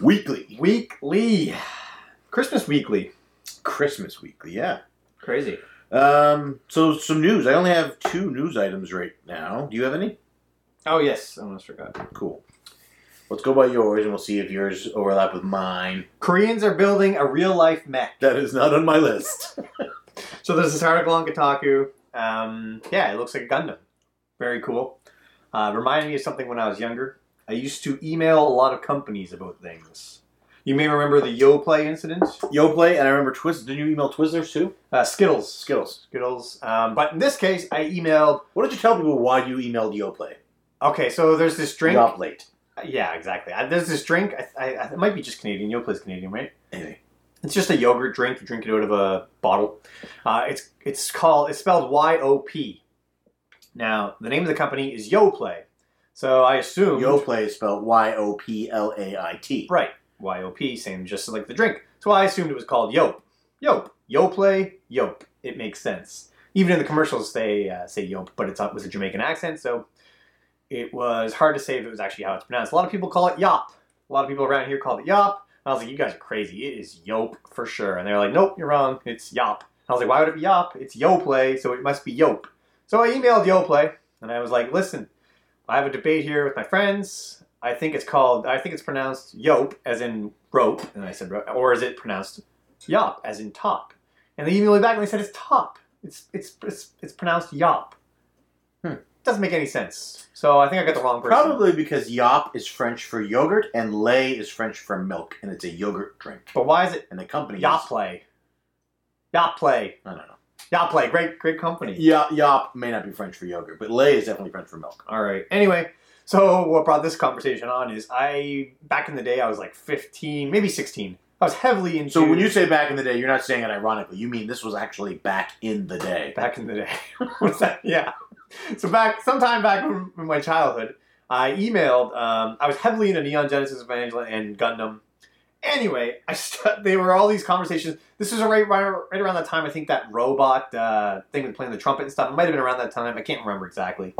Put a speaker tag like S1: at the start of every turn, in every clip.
S1: Weekly.
S2: Weekly. Christmas Weekly.
S1: Christmas Weekly, yeah.
S2: Crazy.
S1: Um, so some news. I only have two news items right now. Do you have any?
S2: Oh, yes. I almost forgot.
S1: Cool. Let's go by yours and we'll see if yours overlap with mine.
S2: Koreans are building a real life mech.
S1: That is not on my list.
S2: So there's this article on Kotaku. Um, yeah, it looks like a Gundam. Very cool. Uh, reminded me of something when I was younger. I used to email a lot of companies about things. You may remember the YoPlay incident.
S1: Yoplay, and I remember Twizzlers. Did you email Twizzlers too?
S2: Uh, Skittles.
S1: Skittles.
S2: Skittles. Um, but in this case, I emailed.
S1: Why don't you tell people why you emailed Yoplay?
S2: Okay, so there's this drink.
S1: Yoplate.
S2: Yeah, exactly. I, there's this drink. I, I, it might be just Canadian. YoPlay's Canadian, right?
S1: Anyway.
S2: It's just a yogurt drink. You drink it out of a bottle. Uh, it's it's called it's spelled Y O P. Now the name of the company is YoPlay, so I assume
S1: Yoplay is spelled Y O P L A I T.
S2: right Y O P same just like the drink. So I assumed it was called Yop Yop YoPlay Yop. It makes sense. Even in the commercials they uh, say Yop, but it's up with a Jamaican accent, so it was hard to say if it was actually how it's pronounced. A lot of people call it Yop. A lot of people around here called it Yop. And I was like, you guys are crazy. It is Yop for sure. And they're like, nope, you're wrong. It's Yop. And I was like, why would it be Yop? It's Yoplay, so it must be Yop. So I emailed Yoplay and I was like, listen, I have a debate here with my friends. I think it's called, I think it's pronounced Yop as in rope. And I said, "Ro- or is it pronounced Yop as in top? And they emailed me back and they said, it's top. It's, it's, it's, it's pronounced Yop.
S1: Hmm.
S2: Doesn't make any sense. So I think I got the wrong person.
S1: Probably because Yop is French for yogurt and Lay is French for milk, and it's a yogurt drink.
S2: But why is it
S1: And the company is.
S2: Yoplay? Yoplay.
S1: I don't know.
S2: Yoplay. Great, great company.
S1: Yop, Yop may not be French for yogurt, but Lay is definitely French for milk.
S2: All right. Anyway, so what brought this conversation on is I back in the day I was like 15, maybe 16. I was heavily into.
S1: So when you say back in the day, you're not saying it ironically. You mean this was actually back in the day.
S2: back in the day, what's that? Yeah. So back sometime back in in my childhood, I emailed. Um, I was heavily into Neon Genesis Evangelion and Gundam. Anyway, I st- they were all these conversations. This was right, right right around that time. I think that robot uh, thing was playing the trumpet and stuff. It might have been around that time. I can't remember exactly.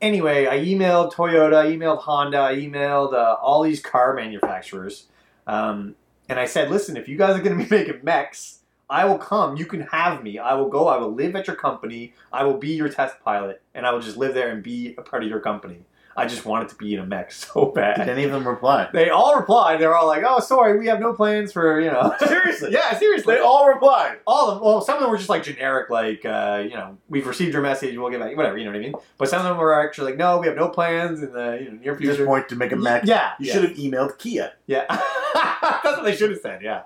S2: anyway, I emailed Toyota, I emailed Honda, I emailed uh, all these car manufacturers, um, and I said, "Listen, if you guys are going to be making mechs, I will come. You can have me. I will go. I will live at your company. I will be your test pilot, and I will just live there and be a part of your company. I just wanted to be in a mech so
S1: Did
S2: bad."
S1: any of them reply?
S2: They all replied. They're all like, "Oh, sorry, we have no plans for you know."
S1: Seriously?
S2: yeah, seriously.
S1: They all replied.
S2: all of well, some of them were just like generic, like uh, you know, we've received your message, we'll get back, whatever, you know what I mean. But some of them were actually like, no, we have no plans in the you know, near
S1: You just
S2: future.
S1: point to make a Mac.
S2: Yeah,
S1: You
S2: yeah,
S1: should have emailed Kia.
S2: yeah. That's what they should have said. Yeah,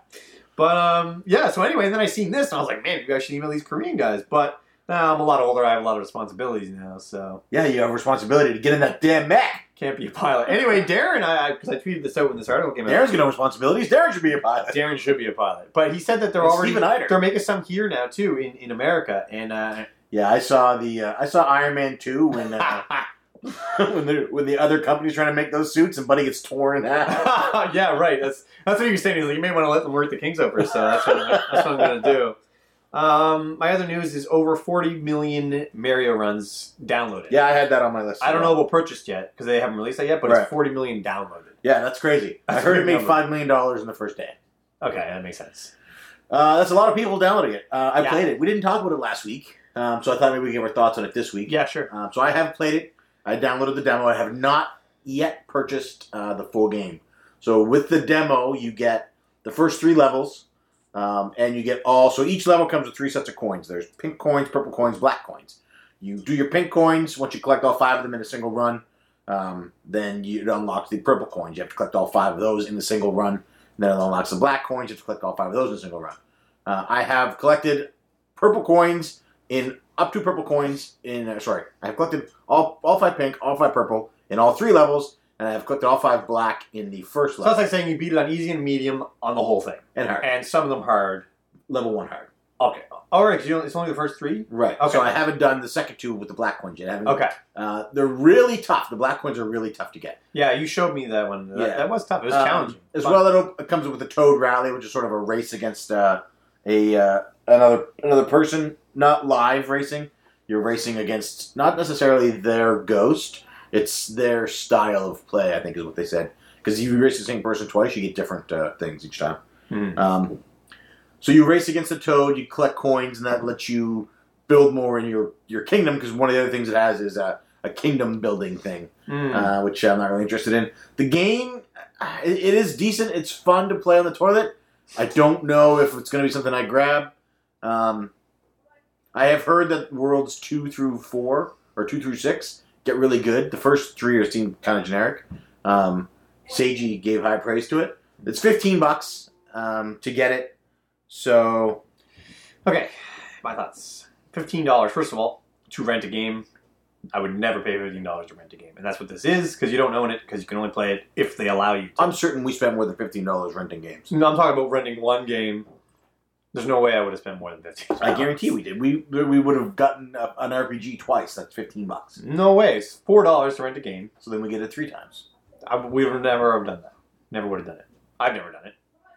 S2: but um, yeah. So anyway, then I seen this and I was like, man, maybe I should email these Korean guys. But now I'm a lot older. I have a lot of responsibilities now, so
S1: Yeah, you have responsibility to get in that damn Mac.
S2: can't be a pilot. Anyway, Darren, I because I, tweeted this out when this article came out.
S1: Darren's got no responsibilities. Darren should be a pilot.
S2: Darren should be a pilot, but he said that they're
S1: And
S2: already
S1: Steven Eider.
S2: they're making some here now too in, in America, and uh,
S1: Yeah, I saw the uh, I saw Iron Man two when uh, when the when the other company's trying to make those suits and Buddy gets torn in half.
S2: yeah, right. That's that's what you're saying. Is like, you may want to let them work the Kings over. So that's what, I'm- that's what I'm going to do. Um, my other news is over 40 million Mario runs downloaded.
S1: Yeah, I had that on my list.
S2: I don't know about purchased yet because they haven't released that yet, but
S1: Right.
S2: it's 40 million downloaded.
S1: Yeah, that's crazy.
S2: That's
S1: I heard
S2: a
S1: it
S2: big
S1: made
S2: number.
S1: five million dollars in the first day.
S2: Okay, that makes sense.
S1: Uh, that's a lot of people downloading it. Uh, I
S2: Yeah.
S1: played it. We didn't talk about it last week, um, so I thought maybe we could give our thoughts on it this week.
S2: Yeah, sure.
S1: Um, so I have played it. I downloaded the demo. I have not yet purchased uh, the full game. So with the demo, you get the first three levels, um, and you get all. So each level comes with three sets of coins. There's pink coins, purple coins, black coins. You do your pink coins. Once you collect all five of them in a single run, um, then you it unlocks the purple coins. You have to collect all five of those in a single run. Then it unlocks the black coins. You have to collect all five of those in a single run. Uh, I have collected purple coins in up to purple coins in uh, sorry. I have collected all all five pink, all five purple in all three levels, and I have collected all five black in the first
S2: So that's
S1: level
S2: like saying you beat it on easy and medium on the whole thing,
S1: and hard
S2: and some of them hard.
S1: level one hard.
S2: Okay. All right, 'cause you only- it's only the first three.
S1: Right.
S2: Okay.
S1: So I haven't done the second two with the black ones yet. I haven't,
S2: Okay.
S1: Uh, they're really tough. The black ones are really tough to get.
S2: Yeah, you showed me that one. That,
S1: Yeah.
S2: that was tough. It was
S1: Um,
S2: challenging.
S1: As
S2: But-
S1: well, it op- it comes with a Toad Rally, which is sort of a race against uh, a uh, another another person, not live racing. You're racing against not necessarily their ghost. It's their style of play, I think, is what they said. Because if you race the same person twice, you get different uh, things each time.
S2: Mhm.
S1: Um, so you race against the toad, you collect coins, and that lets you build more in your, your kingdom. Because one of the other things it has is a, a kingdom building thing,
S2: Mm.
S1: uh, which I'm not really interested in. The game, uh, it, it is decent. It's fun to play on the toilet. I don't know if it's going to be something I grab. Um, I have heard that worlds two through four or two through six get really good. The first three are seem kind of generic. Um, Seiji gave high praise to it. It's fifteen bucks um, to get it. So
S2: Okay, my thoughts. Fifteen dollars, first of all, to rent a game. I would never pay fifteen dollars to rent a game, and that's what this is because you don't own it because you can only play it if they allow you. To.
S1: I'm certain we spent more than fifteen dollars renting games.
S2: No, I'm talking about renting one game. There's no way I would have spent more than fifteen.
S1: I guarantee we did. We we would have gotten a, an RPG twice. That's fifteen bucks.
S2: No way. It's four dollars to rent a game.
S1: So then we get it three times.
S2: I, we would never have done that. Never would have done it. I've never done it.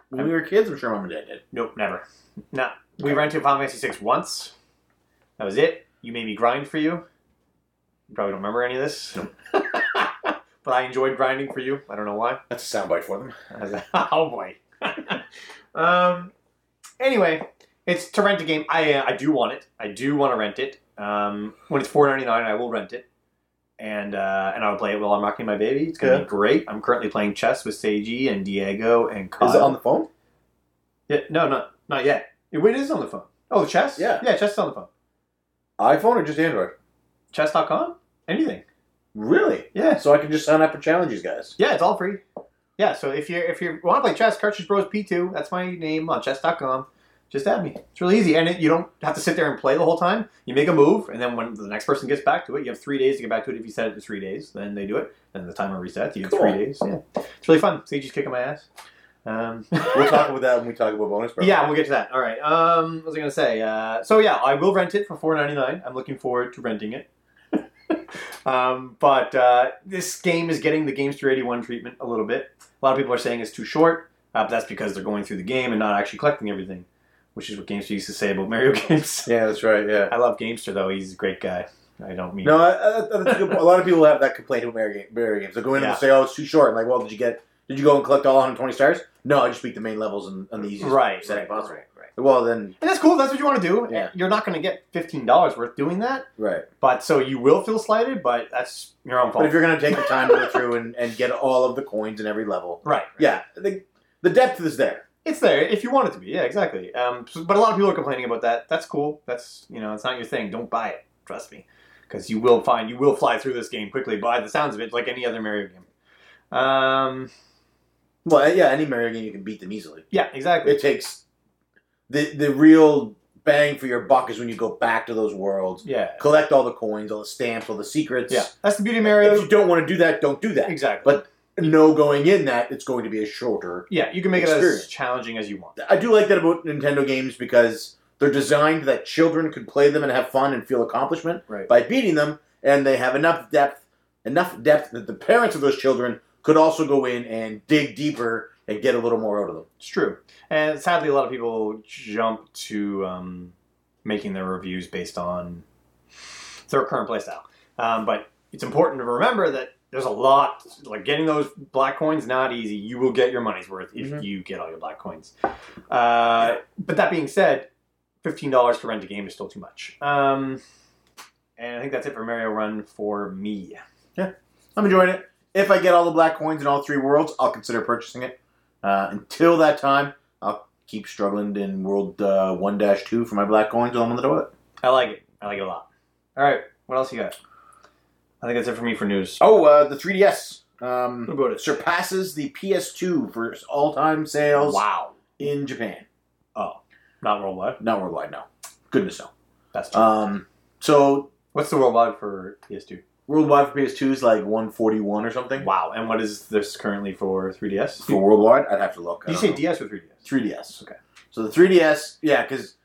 S1: When we were kids, I'm sure mom and dad did.
S2: Nope, never. Nah. We rented Final Fantasy VI once. That was it. You made me grind for you. You probably don't remember any of this. but I enjoyed grinding for you. I don't know why.
S1: That's a soundbite for them.
S2: I was like, oh boy. um, anyway, it's to rent a game. I uh, I do want it. I do want to rent it. Um, when it's four ninety nine, I will rent it, and uh, and I'll play it while I'm rocking my baby. It's gonna be great. I'm currently playing chess with Seiji and Diego and Kyle.
S1: Is it on the phone?
S2: yeah, no, not not yet. It, it is on the phone. Oh, chess.
S1: Yeah.
S2: yeah, chess is on the phone.
S1: iPhone or just Android?
S2: Chess.com. Anything.
S1: Really?
S2: Yeah,
S1: So I can just sign up and challenge these guys.
S2: Yeah, it's all free. Yeah, so if you if you want to play chess, Cartridge Bros P2, that's my name on chess.com. Just add me. It's really easy, and it, you don't have to sit there and play the whole time. You make a move, and then when the next person gets back to it, you have three days to get back to it. If you set it to three days, then they do it. Then the timer resets. You have
S1: Cool.
S2: three days. Yeah, it's really fun. So you just kicking my ass. Um,
S1: We'll talk about that when we talk about bonus. Bros.
S2: yeah, we'll get to that. All right. Um, what was I gonna say? Uh, so yeah, I will rent it for four ninety nine. I'm looking forward to renting it. um, but uh, this game is getting the Games 381 treatment a little bit. A lot of people are saying it's too short. Uh, but that's because they're going through the game and not actually collecting everything, which is what Gamester used to say about Mario games.
S1: Yeah, that's right. Yeah.
S2: I love Gamester though; he's a great guy. I don't mean
S1: No, I, I, I- that's a, good point. a lot of people have that complaint about Mario, game, Mario games. They go in
S2: Yeah.
S1: and say, "Oh, it's too short." I'm like, well, did you get? Did you go and collect all 120 stars? No, I just beat the main levels and, and the easiest
S2: right,
S1: setting
S2: right,
S1: possible.
S2: right, right.
S1: Well, then,
S2: And that's cool. That's what you want to do.
S1: Yeah.
S2: You're not going to get fifteen dollars worth doing that,
S1: right.
S2: but so you will feel slighted. But that's your own fault.
S1: But if you're gonna take the time to go through and, and get all of the coins in every level,
S2: right.
S1: yeah, the, the depth is there.
S2: It's there if you want it to be. Yeah, exactly. Um, so- but a lot of people are complaining about that. That's cool. That's you know, it's not your thing. Don't buy it. Trust me, because you will find you will fly through this game quickly by the sounds of it, like any other Mario game. Um,
S1: Well, yeah, any Mario game you can beat them easily.
S2: yeah, exactly.
S1: It takes the the real bang for your buck is when you go back to those worlds,
S2: yeah,
S1: collect all the coins, all the stamps, all the secrets.
S2: yeah. That's the beauty of
S1: If
S2: Mario.
S1: you don't want to do that, don't do that.
S2: Exactly.
S1: But- No, going in that it's going to be a shorter
S2: yeah, you can make it as
S1: Experience.
S2: challenging as you want.
S1: I do like that about Nintendo games because they're designed that children could play them and have fun and feel accomplishment
S2: Right.
S1: by beating them, and they have enough depth, enough depth that the parents of those children could also go in and dig deeper and get a little more out of them.
S2: It's true. And sadly, a lot of people jump to um, making their reviews based on their current playstyle. Um, but it's important to remember that there's a lot, like getting those black coins, not easy. You will get your money's worth if
S1: Mhm.
S2: you get all your black coins. Uh, but that being said, $15 to rent a game is still too much. Um, and I think that's it for Mario Run for me.
S1: I'm enjoying it. If I get all the black coins in all three worlds, I'll consider purchasing it. Uh, until that time, I'll keep struggling in World uh, 1-2 for my black coins while I'm on the toilet.
S2: I like it. I like it a lot. All right. What else you got? I think that's it for me for news.
S1: Oh, uh, the 3DS. Um,
S2: about
S1: it surpasses the PS2 for its all-time sales
S2: Wow.
S1: in Japan.
S2: Not worldwide.
S1: Not worldwide, no. Goodness no.
S2: That's true.
S1: Um, so
S2: What's the worldwide for PS2?
S1: worldwide for PS2 is like 141 or something.
S2: Wow. And what is this currently for 3DS?
S1: For worldwide, I'd have to look. I
S2: Did you
S1: don't
S2: say
S1: know.
S2: DS or 3DS?
S1: 3DS?
S2: Okay.
S1: So the 3DS, yeah, because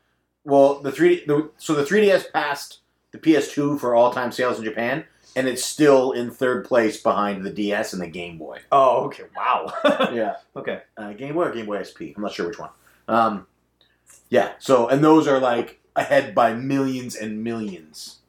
S1: well, the 3D, the, so the 3DS passed the PS2 for all-time sales in Japan, and it's still in third place behind the DS and the Game Boy.
S2: Oh, okay. Wow.
S1: Yeah.
S2: okay.
S1: uh, Game Boy or Game Boy SP. I'm not sure which one. Um, yeah. So and those are like ahead by millions and millions.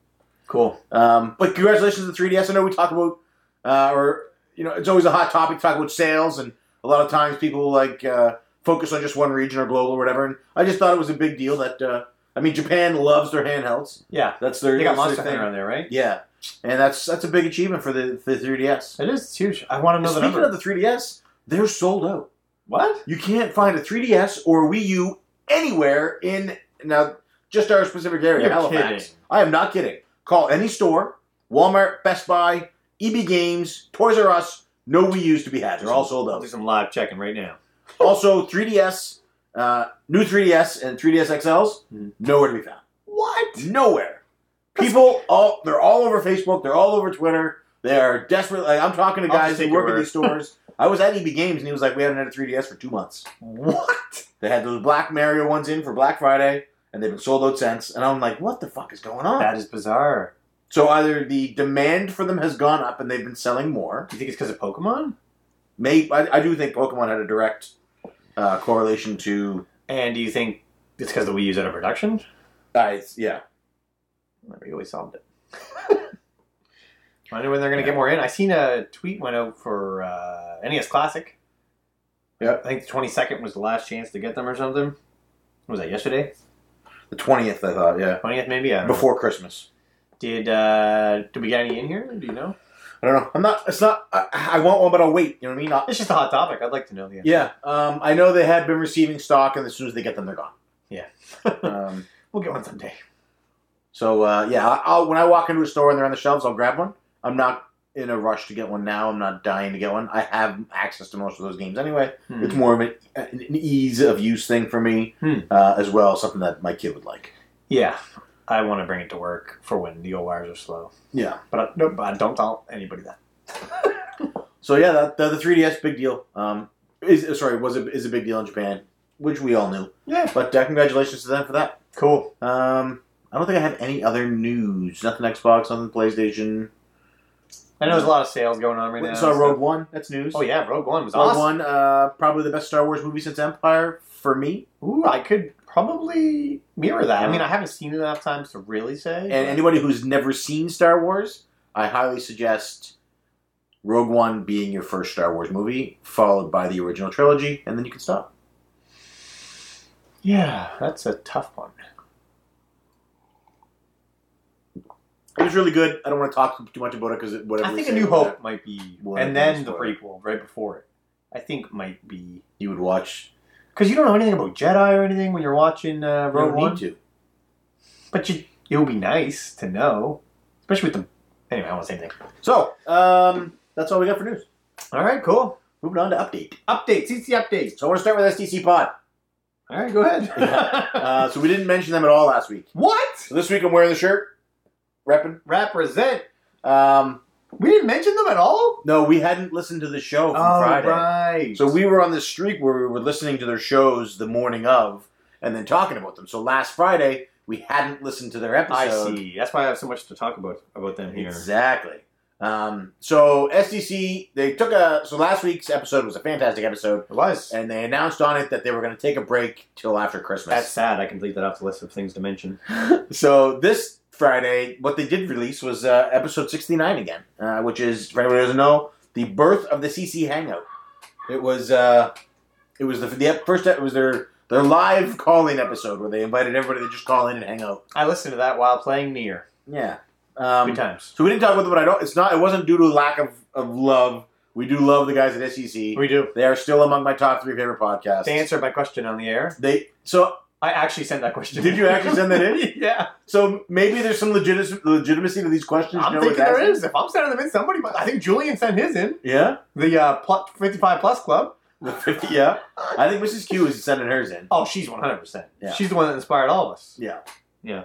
S2: Cool.
S1: Um, but congratulations to the 3DS. I know we talk about uh, or you know, it's always a hot topic to talk about sales, and a lot of times people like uh, focus on just one region or global or whatever. And I just thought it was a big deal that uh, I mean, Japan loves their handhelds.
S2: Yeah,
S1: That's their
S2: they got
S1: that's
S2: Monster
S1: their
S2: Hunter
S1: thing.
S2: on there, right?
S1: Yeah, and that's that's a big achievement for the, the 3DS.
S2: It is it's huge. I want to know the
S1: Speaking
S2: number.
S1: of the 3DS, they're sold out.
S2: what?
S1: You can't find a 3DS or Wii U anywhere in now just our specific area,
S2: You're
S1: Halifax.
S2: kidding.
S1: I am not kidding. Call any store, Walmart, Best Buy, EB Games, Toys R Us. No Wii U's to be had. They're all sold
S2: I'll
S1: out.
S2: do some live checking right now.
S1: Also, 3DS, uh, new 3DS and 3DS XLs,
S2: Mhm.
S1: nowhere to be found.
S2: What?
S1: Nowhere. People, all they're all over Facebook. They're all over Twitter. They are desperate. Like, I'm talking to
S2: I'll
S1: guys
S2: just
S1: who
S2: take your
S1: work at
S2: word.
S1: these stores. I was at EB Games and he was like, "We haven't had a 3DS for two months."
S2: What?
S1: They had those Black Mario ones in for Black Friday, and they've been sold out since. And I'm like, what the fuck is going on?
S2: That is bizarre.
S1: So either the demand for them has gone up and they've been selling more.
S2: Do you think it's because of Pokemon?
S1: May I, I do think Pokemon had a direct uh, correlation to
S2: And do you think it's because the Wii U's out of production?
S1: I uh, yeah.
S2: We always solved it. Wonder when they're going to get more in. I seen a tweet went out for uh, NES Classic.
S1: Yep.
S2: I think the twenty second was the last chance to get them or something. What was that yesterday?
S1: The twentieth, I thought, yeah,
S2: Twentieth maybe. I don't know.
S1: before Christmas.
S2: Did uh, did we get any in here? Do you know?
S1: I don't know. I'm not. It's not. I, I want one, but I'll wait. You know what I mean? I'll,
S2: It's just a hot topic. I'd like to know the answer.
S1: yeah. Um, I know they had been receiving stock, and as soon as they get them, they're gone.
S2: Yeah.
S1: um,
S2: We'll get one someday.
S1: so uh, yeah, I, I'll, when I walk into a store and they're on the shelves, I'll grab one. I'm not in a rush to get one now. I'm not dying to get one. I have access to most of those games anyway. It's more of an, an ease of use thing for me
S2: Hmm.
S1: uh, as well, something that my kid would like.
S2: Yeah, I want to bring it to work for when the old wires are slow.
S1: Yeah.
S2: But I, nope, I don't tell anybody that.
S1: So yeah, that, the, the 3DS big deal. Um, is sorry, was a, is a big deal in Japan, which we all knew.
S2: Yeah.
S1: But uh, congratulations to them for that.
S2: Cool.
S1: Um, I don't think I have any other news. Nothing Xbox, nothing PlayStation.
S2: I know there's a lot of sales going on right
S1: Went
S2: now.
S1: and saw
S2: so-
S1: Rogue One. That's news.
S2: Oh yeah, Rogue One was
S1: Rogue
S2: awesome.
S1: One, uh, probably the best Star Wars movie since Empire for me.
S2: Ooh, I could probably mirror that. I mean, I haven't seen it enough times to really say.
S1: And
S2: but-
S1: anybody who's never seen Star Wars, I highly suggest Rogue One being your first Star Wars movie, followed by the original trilogy, and then you can stop.
S2: yeah, that's a tough one.
S1: It was really good. I don't want to talk too much about it because whatever.
S2: I
S1: we
S2: think
S1: say
S2: A New
S1: about
S2: Hope
S1: that,
S2: might be,
S1: Well,
S2: and
S1: I think
S2: then the
S1: it's
S2: prequel right before it. I think might be
S1: you would watch.
S2: because you don't know anything about Jedi or anything when you're watching uh,
S1: You
S2: Rogue
S1: don't
S2: One.
S1: need to.
S2: But you, it would be nice to know, especially with the. Anyway, I won't say anything.
S1: So um, that's all we got for news.
S2: All right, cool.
S1: Moving on to update.
S2: Updates, CC updates.
S1: So I want to start with STC Pod.
S2: All right, go ahead.
S1: Uh, so we didn't mention them at all last week.
S2: what?
S1: So this week I'm wearing the shirt, repping.
S2: Represent.
S1: Um,
S2: We didn't mention them at all.
S1: no, we hadn't listened to the show from
S2: Oh,
S1: Friday.
S2: right.
S1: So we were on this streak where we were listening to their shows the morning of and then talking about them. So last Friday, we hadn't listened to their
S2: I
S1: episode.
S2: see. That's why I have so much to talk about about them here.
S1: Exactly. Um, so SDC, they took a. So last week's episode was a fantastic episode,
S2: It was.
S1: and they announced on it that they were going to take a break till after
S2: That's
S1: Christmas.
S2: sad. I can leave that off the list of things to mention.
S1: so this Friday, what they did release was uh, episode 69 again, uh, which is, for anybody who doesn't know, the birth of the CC Hangout. It was. Uh, it was the, the ep- first. It was their their live call-in episode where they invited everybody to just call in and hang out.
S2: I listened to that while playing Near
S1: Yeah.
S2: three
S1: Um,
S2: times.
S1: So we didn't talk about them, but I don't. It's not. It wasn't due to lack of, of love. We do love the guys at SEC.
S2: We do.
S1: They are still among my top three favorite podcasts.
S2: They answered my question on the air.
S1: They so
S2: I actually sent that question.
S1: Did you actually send that in?
S2: yeah,
S1: so maybe there's some legitimacy legitimacy to these questions.
S2: I'm
S1: no one's
S2: thinking there
S1: asking?
S2: is. If I'm sending them in, somebody. But I think Julian sent his in
S1: Yeah,
S2: the uh, plus, 55 plus club.
S1: the fifty. Yeah, I think Mrs. Q is sending hers in.
S2: Oh, she's 100. percent
S1: Yeah.
S2: She's the one that inspired all of us.
S1: Yeah.
S2: Yeah.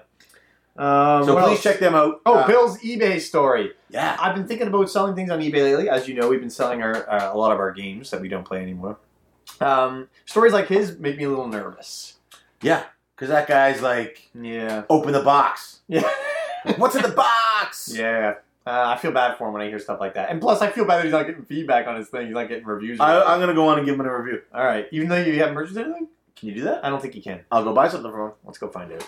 S2: Um,
S1: So
S2: what
S1: please
S2: else?
S1: check them out.
S2: Oh,
S1: Uh,
S2: Bill's eBay story.
S1: yeah,
S2: I've been thinking about selling things on eBay lately. As you know, we've been selling our uh, a lot of our games that we don't play anymore. Um, stories like his make me a little nervous.
S1: yeah, because that guy's like,
S2: Yeah.
S1: open the box.
S2: Yeah.
S1: What's in the box?
S2: yeah. Uh, I feel bad for him when I hear stuff like that. And plus, I feel bad that he's not getting feedback on his thing. He's not getting reviews. or
S1: I,
S2: anything.
S1: I'm gonna go on and give him a review.
S2: All right. Even though you haven't purchased anything,
S1: Can you do that?
S2: I don't think you can.
S1: I'll go buy something from him.
S2: Let's go find out.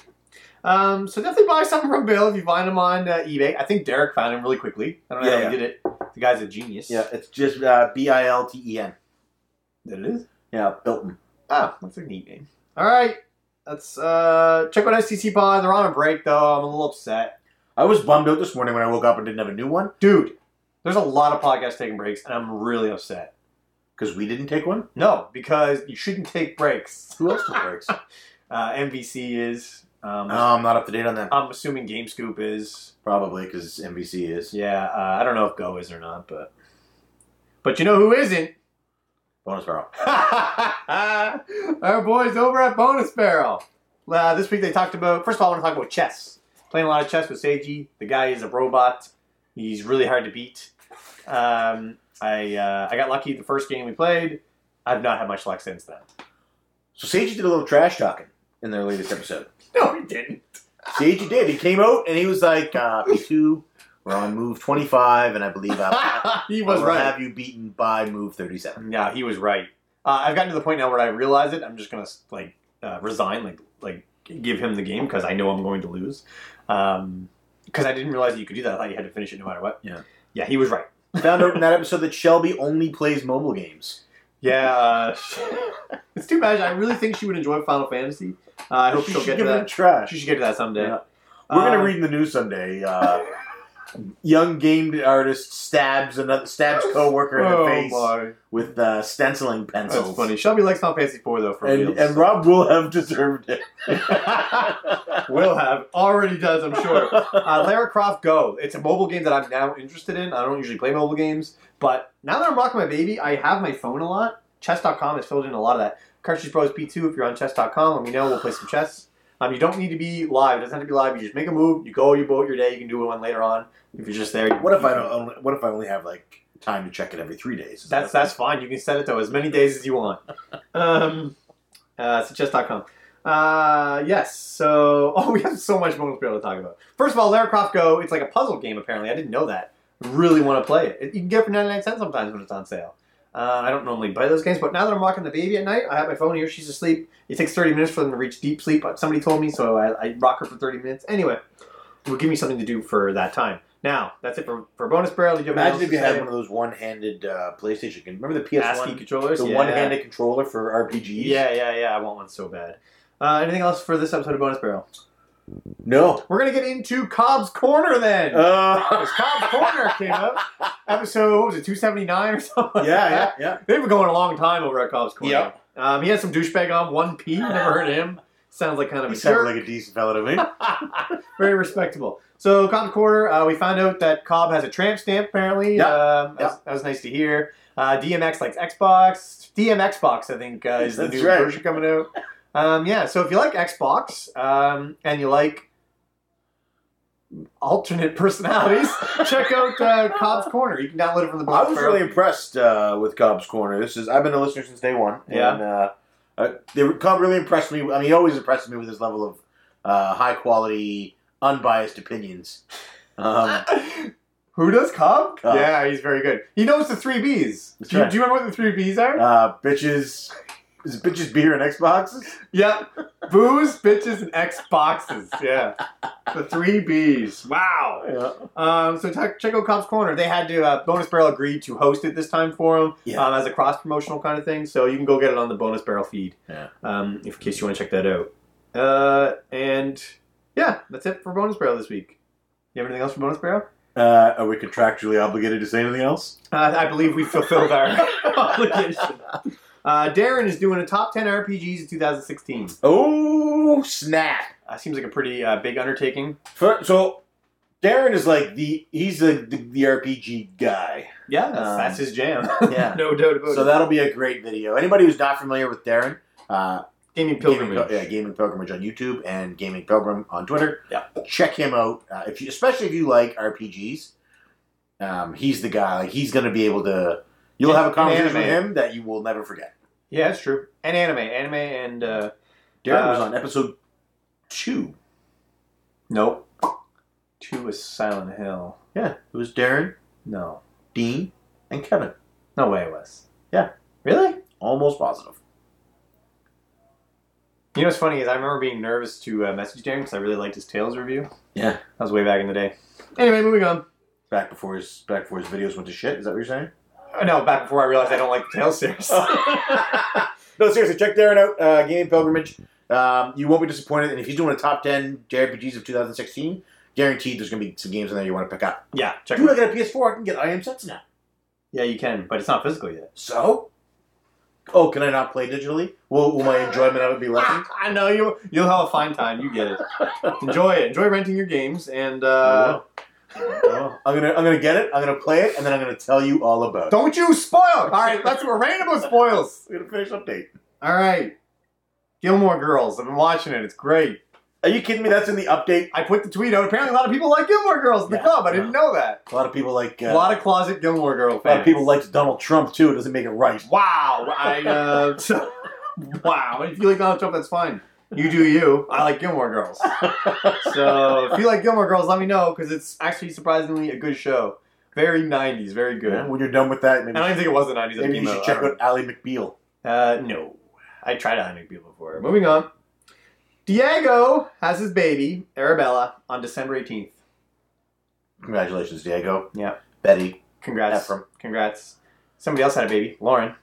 S2: Um, so definitely buy something from Bill if you find him on uh, eBay. I think Derek found him really quickly. I don't know
S1: Yeah,
S2: how he did it. The guy's a genius.
S1: Yeah, it's just uh, B I L T E N.
S2: That it is.
S1: Yeah, Bilton.
S2: Ah, that's a neat name. All right. Let's uh, check out SCC Pod. They're on a break, though. I'm a little upset.
S1: I was bummed out this morning when I woke up and didn't have a new one
S2: Dude, there's a lot of podcasts taking breaks, and I'm really upset.
S1: because we didn't take one.
S2: No, because you shouldn't take breaks.
S1: Who else took breaks? oh,
S2: Uh, MVC is. Um,
S1: I'm not up to date on that.
S2: I'm assuming Game Scoop is.
S1: Probably because NBC is.
S2: Yeah, uh, I don't know if Go is or not, but. But you know who isn't?
S1: Bonus barrel.
S2: Our boys over at Bonus Barrel. Uh, this week they talked about, first of all, I want to talk about chess. Playing a lot of chess with Seiji. The guy is a robot. He's really hard to beat. Um, I uh, I got lucky the first game we played. I've not had much luck since then.
S1: So Seiji did a little trash talking in their latest episode.
S2: No, he didn't.
S1: Seiji did. He came out and he was like, uh, P2, we're on move 25, and I believe I'll,
S2: he was
S1: I'll
S2: right.
S1: have you beaten by move 37.
S2: Yeah, he was right. Uh, I've gotten to the point now where I realize it. I'm just gonna like uh, resign, like like give him the game because I know I'm going to lose. Because I didn't realize that you could do that. I thought you had to finish it no matter what.
S1: Yeah.
S2: Yeah, he was right.
S1: Found out in that episode that Shelby only plays mobile games.
S2: Yeah. Uh, it's too bad. I really think she would enjoy Final Fantasy. Uh, I hope
S1: She
S2: she'll
S1: should
S2: get to
S1: give it a
S2: that.
S1: Trash.
S2: She should get to that someday.
S1: Yeah. We're gonna
S2: Um,
S1: read in the news someday. Uh, young game artist stabs another stabs coworker in the
S2: Oh
S1: face
S2: my,
S1: with uh, stenciling pencils.
S2: that's funny. Shelby likes Final Fantasy Four though. For
S1: And,
S2: reals.
S1: and Rob will have deserved it.
S2: will have already does. I'm sure. uh, Lara Croft Go. It's a mobile game that I'm now interested in. I don't usually play mobile games, but now that I'm rocking my baby, I have my phone a lot. Chess.com has filled in a lot of that. Cartridge Bros P2, if you're on chess.com, let me know. We'll play some chess. Um, you don't need to be live. It doesn't have to be live. You just make a move. You go, you boat your day. You can do one later on if you're just there. you-
S1: What if I don't? Only, what if I only have like time to check it every three days? Is
S2: That's
S1: that-
S2: that's fine. You can set it to as many days as you want. Um, uh, so chess.com. Uh, yes. So, oh, we have so much bonus material to talk about. First of all, Lara Croft Go. It's like a puzzle game. Apparently, I didn't know that. Really want to play it. You can get it for ninety nine cents sometimes when it's on sale. Uh, I don't normally buy those games, but now that I'm rocking the baby at night, I have my phone here. She's asleep. It takes thirty minutes for them to reach deep sleep. Somebody told me, so I, I rock her for thirty minutes. Anyway, it will give me something to do for that time. Now, that's it for, for bonus barrel. Did you have anything
S1: Imagine
S2: else
S1: if
S2: to
S1: you had
S2: say?
S1: one of those one-handed uh, PlayStation. con- Remember the
S2: ASCII
S1: PS1,
S2: controllers,
S1: the
S2: yeah.
S1: one-handed controller for RPGs?
S2: Yeah, yeah, yeah. I want one so bad. Uh, anything else for this episode of Bonus Barrel?
S1: No.
S2: We're gonna get into Cobb's Corner then.
S1: Uh,
S2: 'Cause Cobb's Corner came up. Episode what was it two seventy nine or
S1: yeah,
S2: something? like
S1: yeah,
S2: that?
S1: yeah.
S2: They've been going a long time over at Cobb's Corner.
S1: Yep.
S2: Um, he had some douchebag on one P. Never heard of him. Sounds like kind of
S1: He
S2: a
S1: sounded
S2: jerk.
S1: like a decent fellow to me.
S2: Very respectable. So Cobb Quarter, uh, we found out that Cobb has a tramp stamp apparently.
S1: Yep.
S2: Um,
S1: Yep.
S2: That, was, that was nice to hear. Uh, DMX likes Xbox. DMX Box, I think, uh, is the
S1: That's
S2: new
S1: right.
S2: version coming out. Um, yeah, so if you like Xbox um, and you like alternate personalities, check out uh, Cobb's Corner. You can download it from the
S1: I
S2: blog.
S1: was really impressed uh, with Cobb's Corner. This is I've been a listener since day one.
S2: Yeah.
S1: And, uh, uh, they, Cobb really impressed me. I mean, he always impressed me with his level of uh, high quality, unbiased opinions. Um,
S2: Who does Cobb?
S1: Cobb.
S2: Yeah, he's very good. He knows the three Bs.
S1: That's
S2: Do you,
S1: right.
S2: do you remember what the three Bs are?
S1: uh, bitches, is it bitches beer and Xboxes?
S2: Yep. Booze, bitches, and Xboxes. Yeah. The three Bs. Wow.
S1: Yeah.
S2: Um, so check check out Cops Corner. They had to, uh, Bonus Barrel agreed to host it this time for them
S1: Yeah.
S2: um, as a cross promotional kind of thing. So you can go get it on the Bonus Barrel feed
S1: Yeah.
S2: um, if, in case you want to check that out. Uh, and yeah, that's it for Bonus Barrel this week. You have anything else for Bonus Barrel?
S1: Uh, are we contractually obligated to say anything else?
S2: Uh, I believe we fulfilled our obligation. Uh, Darren is doing a top 10 RPGs of 2016.
S1: Oh snap!
S2: Uh, seems like a pretty uh, big undertaking.
S1: For, so Darren is like the he's the the, the RPG guy.
S2: Yeah, that's,
S1: Um,
S2: that's his jam.
S1: yeah.
S2: no doubt about
S1: So that'll be a great video. Anybody who's not familiar with Darren, uh,
S2: gaming
S1: Gaming,
S2: pilgrimage.
S1: Pil- yeah, Gaming Pilgrimage on YouTube and Gaming Pilgrim on Twitter.
S2: Yeah.
S1: check him out. Uh, if you, especially if you like RPGs, um, he's the guy. Like he's going to be able to. You'll
S2: Yeah,
S1: have a
S2: and
S1: conversation with
S2: anime.
S1: him that you will never forget.
S2: yeah, it's true. And anime, anime, and uh,
S1: Darren
S2: Uh,
S1: was on episode two.
S2: nope. Two is Silent Hill.
S1: Yeah, it was Darren,
S2: No,
S1: Dean, and Kevin.
S2: no way it was.
S1: Yeah.
S2: really.
S1: Almost positive.
S2: You know what's funny is I remember being nervous to uh, message Darren because I really liked his Tales review.
S1: Yeah.
S2: That was way back in the day. Anyway, moving on.
S1: Back before his back before his videos went to shit. Is that what you're saying?
S2: Uh, No, back before I realized I don't like the Tales series.
S1: no, seriously, check Darren out. Uh, Gaming Pilgrimage. Um, you won't be disappointed. And if he's doing a top ten JRPGs of 2016, guaranteed there's gonna be some games in there you want to pick up.
S2: yeah, check
S1: Dude,
S2: it
S1: I got
S2: out.
S1: a PS4. I can get I Am Sense now.
S2: Yeah, you can, but it's not physical yet.
S1: So, oh, can I not play digitally? Will, will my enjoyment of it be lessened?
S2: I know you. You'll have a fine time. You get it. Enjoy it. Enjoy renting your games, and uh,
S1: Oh, I'm gonna I'm gonna get it. I'm gonna play it, and then I'm gonna tell you all about. it.
S2: don't you spoil. All right, that's we're ranting about spoils.
S1: We're gonna finish update.
S2: All right, Gilmore Girls. I've been watching it. It's great.
S1: Are you kidding me? That's in the update.
S2: I put the tweet out. Apparently, a lot of people like Gilmore Girls in the
S1: Yeah,
S2: club. I didn't know that.
S1: A lot of people like uh,
S2: A lot of closet Gilmore Girl
S1: a
S2: fans.
S1: lot of people liked Donald Trump too. It doesn't make it right.
S2: Wow. I. Uh, wow. If you like Donald Trump, that's fine. You do you. I like Gilmore Girls. so if you like Gilmore Girls, let me know because it's actually surprisingly a good show. Very 90s, very good.
S1: When you're done with that,
S2: I don't
S1: maybe,
S2: even think it was the 90s. that
S1: maybe
S2: came
S1: you should
S2: out.
S1: check out Ally McBeal.
S2: Uh, no. I tried out Hunting People before. Moving on. Diego has his baby, Arabella, on December 18th.
S1: Congratulations, Diego.
S2: Yeah.
S1: Betty.
S2: Congrats.
S1: Ephraim.
S2: Congrats. Somebody else had a baby, Lauren.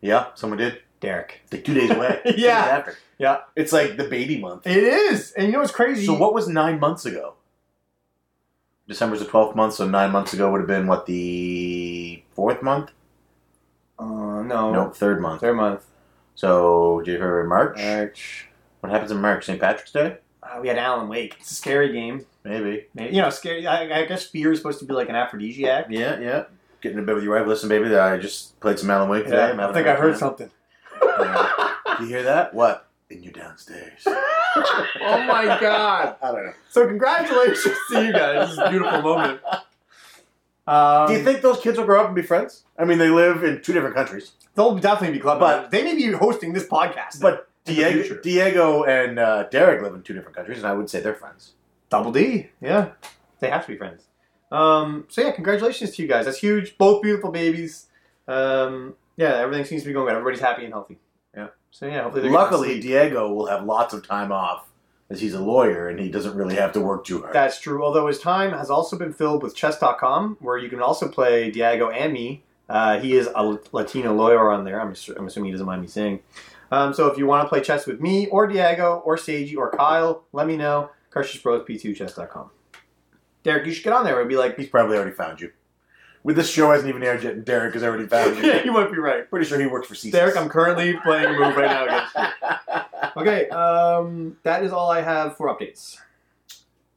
S1: Yeah, someone did.
S2: Derek.
S1: Like two days away.
S2: Yeah.
S1: Two days after.
S2: Yeah.
S1: It's like the baby month.
S2: It is! And you know what's crazy?
S1: So what was nine months ago? December's the twelfth month, so nine months ago would have been what the fourth month?
S2: Uh, no.
S1: No, third month.
S2: Third month.
S1: So did you hear March?
S2: March.
S1: What happens in March? St. Patrick's Day?
S2: Uh, we had Alan Wake. It's a scary game.
S1: Maybe.
S2: Maybe- You know, scary. I, I guess fear is supposed to be like an aphrodisiac.
S1: Yeah, yeah. Getting in bed with your wife. Listen, baby, I just played some Alan Wake today. I'm
S2: I
S1: having
S2: think
S1: a
S2: I heard
S1: great
S2: something.
S1: time. Yeah. you hear that? What? In you downstairs.
S2: oh my god!
S1: I don't know.
S2: So congratulations to you guys. This is a beautiful moment. Um,
S1: Do you think those kids will grow up and be friends? I mean, they live in two different countries.
S2: they'll definitely be club?
S1: But-
S2: they may be hosting this podcast.
S1: But
S2: In the
S1: Diego,
S2: future.
S1: Diego and uh, Derek live in two different countries, and I would say they're friends.
S2: Double D, yeah, they have to be friends. Um, so yeah, congratulations to you guys. That's huge. Both beautiful babies. Um, yeah, everything seems to be going good. Everybody's happy and healthy.
S1: Yeah.
S2: So yeah, hopefully they're
S1: Luckily, Diego will have lots of time off as he's a lawyer and he doesn't really have to work too hard.
S2: That's true. Although his time has also been filled with chess.com, where you can also play Diego and me. Uh, he is a Latino lawyer on there. I'm, assu- I'm assuming he doesn't mind me saying. Um, so if you want to play chess with me or Diego or Seiji or Kyle, let me know. Curtius Bros P2chess.com. Derek, you should get on there. It would be like,
S1: he's probably already found you. With this show hasn't even aired yet, and Derek has already found you.
S2: you might be right.
S1: Pretty sure he works for CSIS.
S2: Derek, I'm currently playing a move right now against you. Okay, um, that is all I have for updates.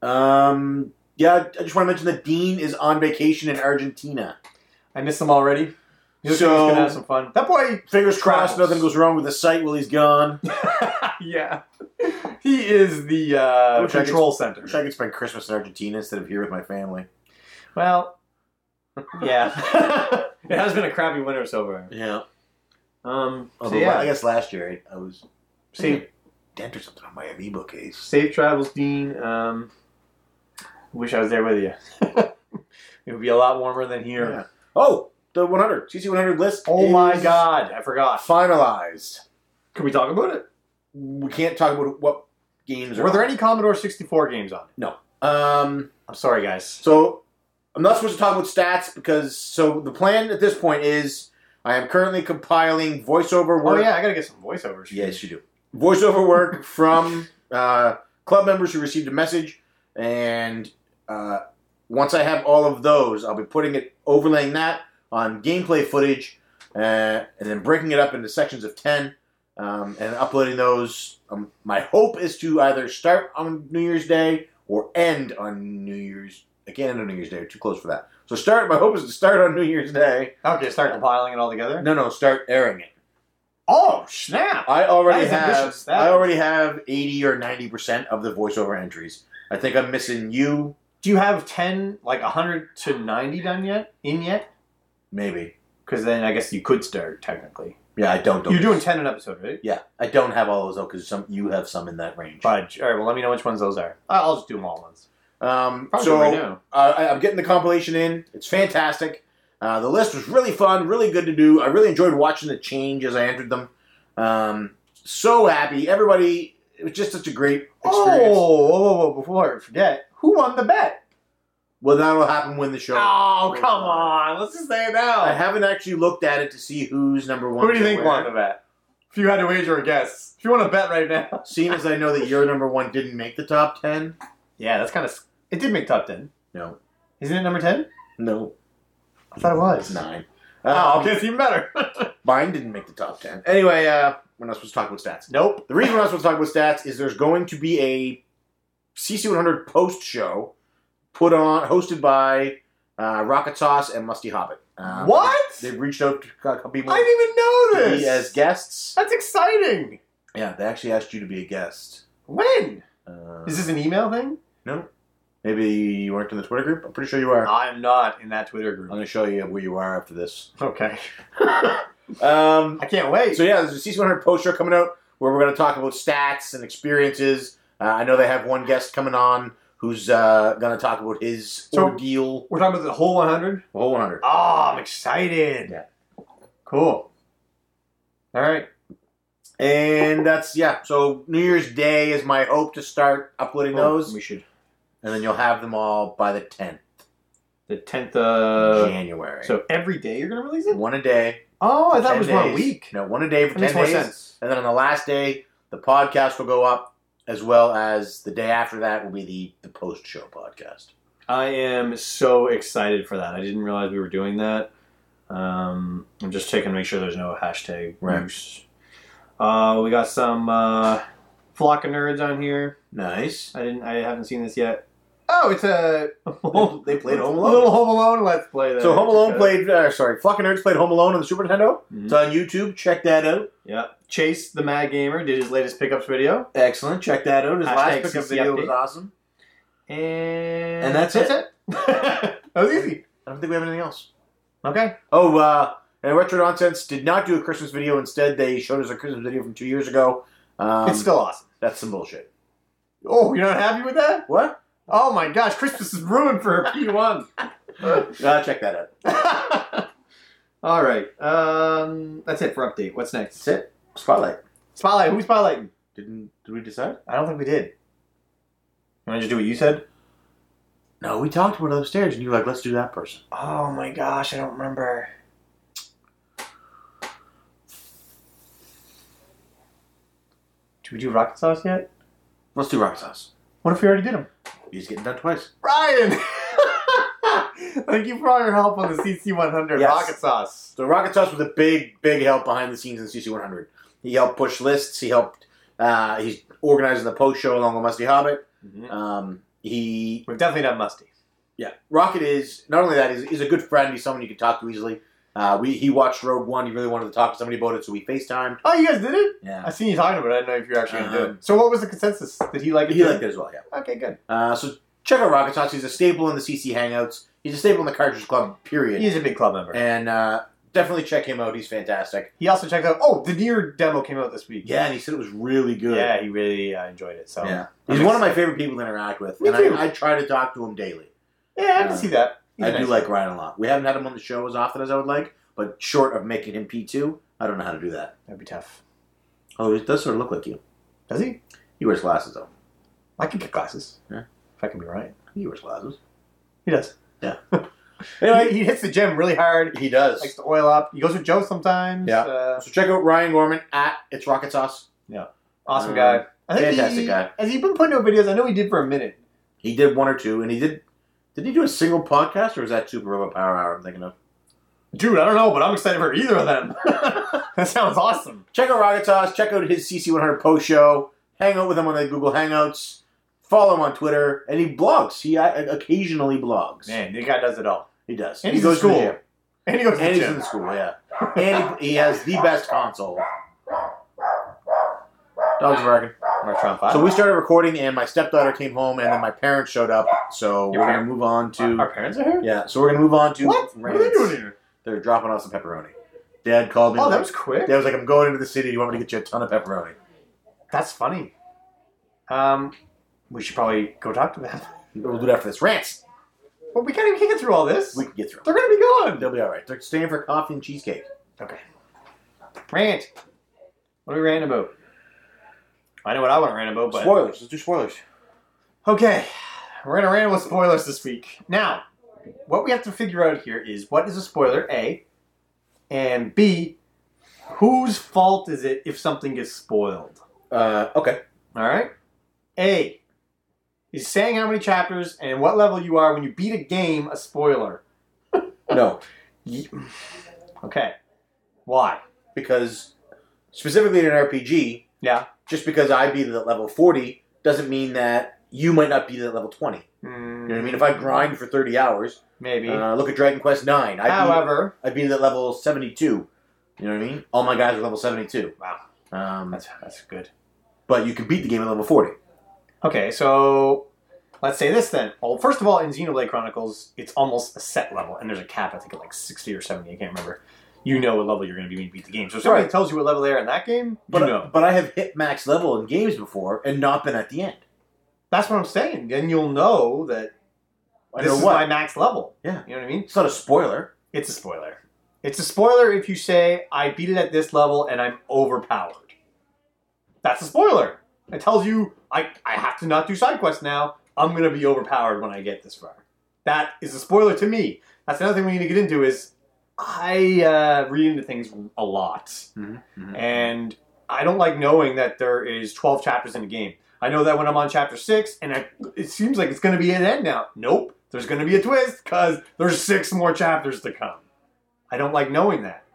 S1: Um, yeah, I just want to mention that Dean is on vacation in Argentina.
S2: I missed them already. You so,
S1: So-
S2: gonna have some fun. That boy
S1: Fingers crossed,
S2: Travels.
S1: nothing goes wrong with the site while he's gone.
S2: yeah. He is the
S1: I
S2: uh,
S1: wish I
S2: control
S1: I
S2: center.
S1: wish I could spend Christmas in Argentina instead of here with my family.
S2: Well, yeah. it has been a crappy winter so far.
S1: Yeah.
S2: Um, so
S1: Although, I
S2: yeah,
S1: guess last year I, I was
S2: safe,
S1: dent or something on my amiibo case.
S2: safe travels, Dean. Um, wish I was there with you. it would be a lot warmer than here.
S1: Yeah. Oh, the 100 CC 100 list.
S2: Oh my
S1: is
S2: God, I forgot.
S1: Finalized.
S2: Can we talk about it?
S1: We can't talk about what games are.
S2: Were there
S1: on.
S2: any Commodore 64 games on it?
S1: Um.
S2: I'm sorry, guys.
S1: So I'm not supposed to talk about stats because so the plan at this point is I am currently compiling voiceover
S2: Oh
S1: work.
S2: yeah, I gotta get some voiceovers.
S1: Yes, you do. Voiceover work from uh, club members who received a message, and uh, once I have all of those, I'll be putting it overlaying that on gameplay footage, uh, and then breaking it up into sections of ten, um, and uploading those. Um, my hope is to either start on New Year's Day or end on New Year's. I can't end on New Year's Day. We're too close for that. So start. My hope is to start on New Year's Day.
S2: Oh, Okay, start compiling it all together.
S1: No, no, start airing it.
S2: Oh snap!
S1: I already
S2: That is
S1: have
S2: ambitious. That
S1: I
S2: is-
S1: already have eighty or ninety percent of the voiceover entries. I think I'm missing you,
S2: Do you have 10, like 100 to 90 done yet? In yet?
S1: maybe.
S2: Because then I guess you could start technically.
S1: Yeah, I don't. don't
S2: You're doing 10 an episode, right?
S1: Yeah, I don't have all those though because some you have some in that range.
S2: Fudge. All right, well, let me know which ones those are. I- I'll just do them all at once.
S1: Um,
S2: Probably
S1: so
S2: right now.
S1: uh, I, I'm getting the compilation in. It's fantastic. Uh, the list was really fun, really good to do. I really enjoyed watching the change as I entered them. Um, so happy, everybody! It was just such a great experience.
S2: Oh, whoa, whoa, whoa, before I forget, who won the bet?
S1: Well, that'll happen when the show.
S2: Oh, come on. Let's just say it now.
S1: I haven't actually looked at it to see who's number one.
S2: Who do you
S1: to
S2: think
S1: where.
S2: won the bet? If you had to wager a guess, if you want to bet right now.
S1: Seeing as I know that your number one didn't make the top ten.
S2: Yeah, that's kind of. It did make top 10.
S1: No,
S2: Isn't it number 10?
S1: no,
S2: I thought it
S1: it's
S2: was.
S1: nine.
S2: Oh,
S1: Um,
S2: okay, it's even better.
S1: Mine didn't make the top ten. Anyway, uh, we're not supposed to talk about stats.
S2: nope.
S1: The reason we're not supposed to talk about stats is there's going to be a CC100 post show put on, hosted by uh, Rocket Sauce and Musty Hobbit. Um,
S2: what?
S1: They've reached out to a couple people
S2: I
S1: to
S2: didn't even know
S1: be
S2: this.
S1: as guests.
S2: That's exciting.
S1: Yeah, they actually asked you to be a guest.
S2: When?
S1: Uh,
S2: Is this an email thing?
S1: maybe you weren't in the Twitter group? I'm pretty sure you are. I'm
S2: I'm not in that Twitter group.
S1: going to show you where you are after this.
S2: Okay.
S1: Um,
S2: I can't wait.
S1: So yeah, there's a C100 post show coming out where we're going to talk about stats and experiences. Uh, I know they have one guest coming on who's uh, going to talk about his
S2: So-
S1: ordeal.
S2: We're talking about the whole 100?
S1: The whole 100.
S2: Oh, I'm excited.
S1: Yeah.
S2: Cool. All right.
S1: And that's yeah. So New Year's Day is my hope to start uploading those,
S2: We should.
S1: and then you'll have them all by the 10th
S2: The 10th of.
S1: January. So
S2: Uh, so every day you're going to release it?
S1: one a day.
S2: Oh, I thought
S1: 10
S2: it was one a
S1: days.
S2: week.
S1: No, one a day for
S2: That
S1: 10
S2: makes more
S1: days.
S2: sense.
S1: And then on the last day, the podcast will go up, as well as the day after that will be the the post show podcast.
S2: I am so excited for that. I didn't realize we were doing that. Um, I'm just taking to make sure there's no hashtag
S1: Right.
S2: use. Uh, we got some uh, flock of nerds on here.
S1: Nice.
S2: I didn't. I haven't seen this yet. Oh, it's a
S1: They played Home Alone.
S2: Little Home Alone. Let's play that.
S1: So Home Alone played, uh, sorry, Flock of Nerds played Home Alone on the Super Nintendo.
S2: Mhm.
S1: It's on YouTube. Check that out.
S2: Yeah. Chase the Mad Gamer did his latest pickups video,
S1: Excellent. Check that out. His
S2: Hashtag
S1: last pickup
S2: CC
S1: video was
S2: update.
S1: awesome.
S2: and
S1: And that's
S2: it. that was easy.
S1: I don't think we have anything else.
S2: Okay.
S1: Oh, uh, and Retro Nonsense did not do a Christmas video. Instead, they showed us a Christmas video from two years ago. Um,
S2: it's still awesome.
S1: that's some bullshit.
S2: Oh, you're not happy with that?
S1: What?
S2: Oh my gosh, Christmas is ruined for P1.
S1: Uh, check that out.
S2: All right. Um, that's it for update. What's next?
S1: That's it. Spotlight.
S2: Spotlight. Who's spotlighting?
S1: Didn't did we decide?
S2: I don't think we did. You want to just do what you said?
S1: No, we talked about it upstairs, and you were like, "Let's do that person."
S2: Oh my gosh, I don't remember. Did we do rocket sauce yet?
S1: Let's do rock sauce.
S2: What if we already did them?
S1: He's getting done twice.
S2: Ryan! Thank you for all your help on the CC100
S1: Yes.
S2: rocket sauce.
S1: So Rocket Sauce was a big, big help behind the scenes in CC100. He helped push lists. He helped. Uh, he's organizing the post show along with Musty Hobbit. Um, he,
S2: We've Mm-hmm. definitely done musty.
S1: yeah, Rocket is not only that. He's, he's a good friend. He's someone you can talk to easily. Uh, we he watched Rogue One. He really wanted to talk to somebody about it, so we Facetimed.
S2: Oh, you guys did it? I
S1: Yeah,
S2: seen you talking about it. I didn't know if you were actually going to do
S1: Um,
S2: it. So, what was the consensus? Did Uh-huh. he like it?
S1: he
S2: too?
S1: liked it as well. Yeah.
S2: Okay, good.
S1: Uh, so check out Rocket Sauce. He's a staple in the CC Hangouts. He's a staple in the Cartridge Club. Period.
S2: He's a big club member.
S1: and uh, definitely check him out. He's fantastic.
S2: He also checked out. Oh, the Near demo came out this week.
S1: Yeah, and he said it was really good.
S2: yeah, he really uh, enjoyed it. So,
S1: Yeah.
S2: I'm
S1: He's one of my
S2: excited.
S1: favorite people to interact with.
S2: Me
S1: and
S2: too.
S1: I, I try to talk to him daily.
S2: yeah, I
S1: Uh,
S2: can see that. He's
S1: I
S2: a
S1: do
S2: nice
S1: like
S2: guy.
S1: Ryan a lot. We haven't had him on the show as often as I would like, but short of making him P2, I don't know how to do that.
S2: That'd be tough.
S1: Oh, it does sort of look like you.
S2: Does he?
S1: He wears glasses, though.
S2: I can get glasses.
S1: Yeah.
S2: If I can be right.
S1: He wears glasses.
S2: He does.
S1: Anyway,
S2: he, he hits the gym really hard.
S1: he does.
S2: Likes to oil up. He goes with Joe sometimes.
S1: Yeah.
S2: Uh,
S1: So check out Ryan Gorman at It's Rocket Sauce.
S2: awesome
S1: Um,
S2: guy. I think
S1: fantastic
S2: he-
S1: guy.
S2: Has he been putting out videos? I know he did for a minute.
S1: He did one or two, and he did. Did he do a single podcast, or was that Super Robot Power Hour? I'm thinking of.
S2: Dude, I don't know, but I'm excited for either of them. that sounds awesome.
S1: Check out Rocket Sauce. Check out his CC100 post show. Hang out with him on the Google Hangouts. Follow him on Twitter, and he blogs. He uh, occasionally blogs.
S2: Man, the guy does it all.
S1: He does.
S2: And
S1: he
S2: he's in
S1: goes to the
S2: school.
S1: gym.
S2: And he goes to
S1: And
S2: the
S1: he's
S2: gym.
S1: in school, yeah. And he, he has the best console. Dogs are barking.
S2: Mark Trump, I-
S1: So we started recording, and my stepdaughter came home, and then my parents showed up. So
S2: Your
S1: we're gonna
S2: parents?
S1: move on to
S2: Our parents are here?
S1: yeah. So we're gonna move on to
S2: What? What are they
S1: rants.
S2: doing here?
S1: They're dropping off some pepperoni. Dad called me.
S2: Oh,
S1: like-
S2: that was quick.
S1: Dad was like, "I'm going into the city. Do you want me to get you a ton of pepperoni?"
S2: That's funny. Um, we should probably go talk to them.
S1: We'll do that after this rants.
S2: But we can't even get through all this.
S1: We can get through.
S2: They're gonna be gone.
S1: They'll be all right. They're staying for coffee and cheesecake.
S2: Okay. Rant. What are we ranting about? I know what I want to rant about, but
S1: Spoilers. Let's do spoilers.
S2: okay. We're gonna random with spoilers this week. Now, what we have to figure out here is what is a spoiler, A, and B, whose fault is it if something gets spoiled?
S1: Uh, okay.
S2: All right. A is saying how many chapters and what level you are when you beat a game a spoiler.
S1: No,
S2: Ye- Okay. Why?
S1: because specifically in an RPG,
S2: Yeah.
S1: just because I beat it at level 40 doesn't mean that you might not beat it at level 20. You
S2: Mm,
S1: know what I mean? If I grind for 30 hours,
S2: Maybe.
S1: uh, look at Dragon Quest 9. I beat,
S2: However,
S1: I beat it at level 72. You know what I mean? All my guys are level 72.
S2: Wow.
S1: Um,
S2: that's that's good.
S1: but you can beat the game at level 40.
S2: Okay, so let's say this then. Well, first of all, in Xenoblade Chronicles, it's almost a set level, and there's a cap, I think, at like 60 or 70, I can't remember. You know what level you're going to be when you beat the game. So if somebody
S1: Right.
S2: tells you what level they are in that game, you
S1: But,
S2: know.
S1: but I have hit max level in games before and not been at the end.
S2: That's what I'm saying. Then you'll know that
S1: I
S2: this
S1: know
S2: is
S1: what.
S2: my max level.
S1: Yeah.
S2: You know what I mean?
S1: It's not a spoiler.
S2: It's a spoiler. It's a spoiler if you say, I beat it at this level and I'm overpowered. That's a spoiler. It tells you, I, I have to not do side quests now. I'm going to be overpowered when I get this far. That is a spoiler to me. That's another thing we need to get into is I uh, read into things a lot Mm-hmm. and I don't like knowing that there is 12 chapters in the game. I know that when I'm on chapter six, and I, it seems like it's going to be an end now. Nope, there's going to be a twist because there's six more chapters to come. I don't like knowing that.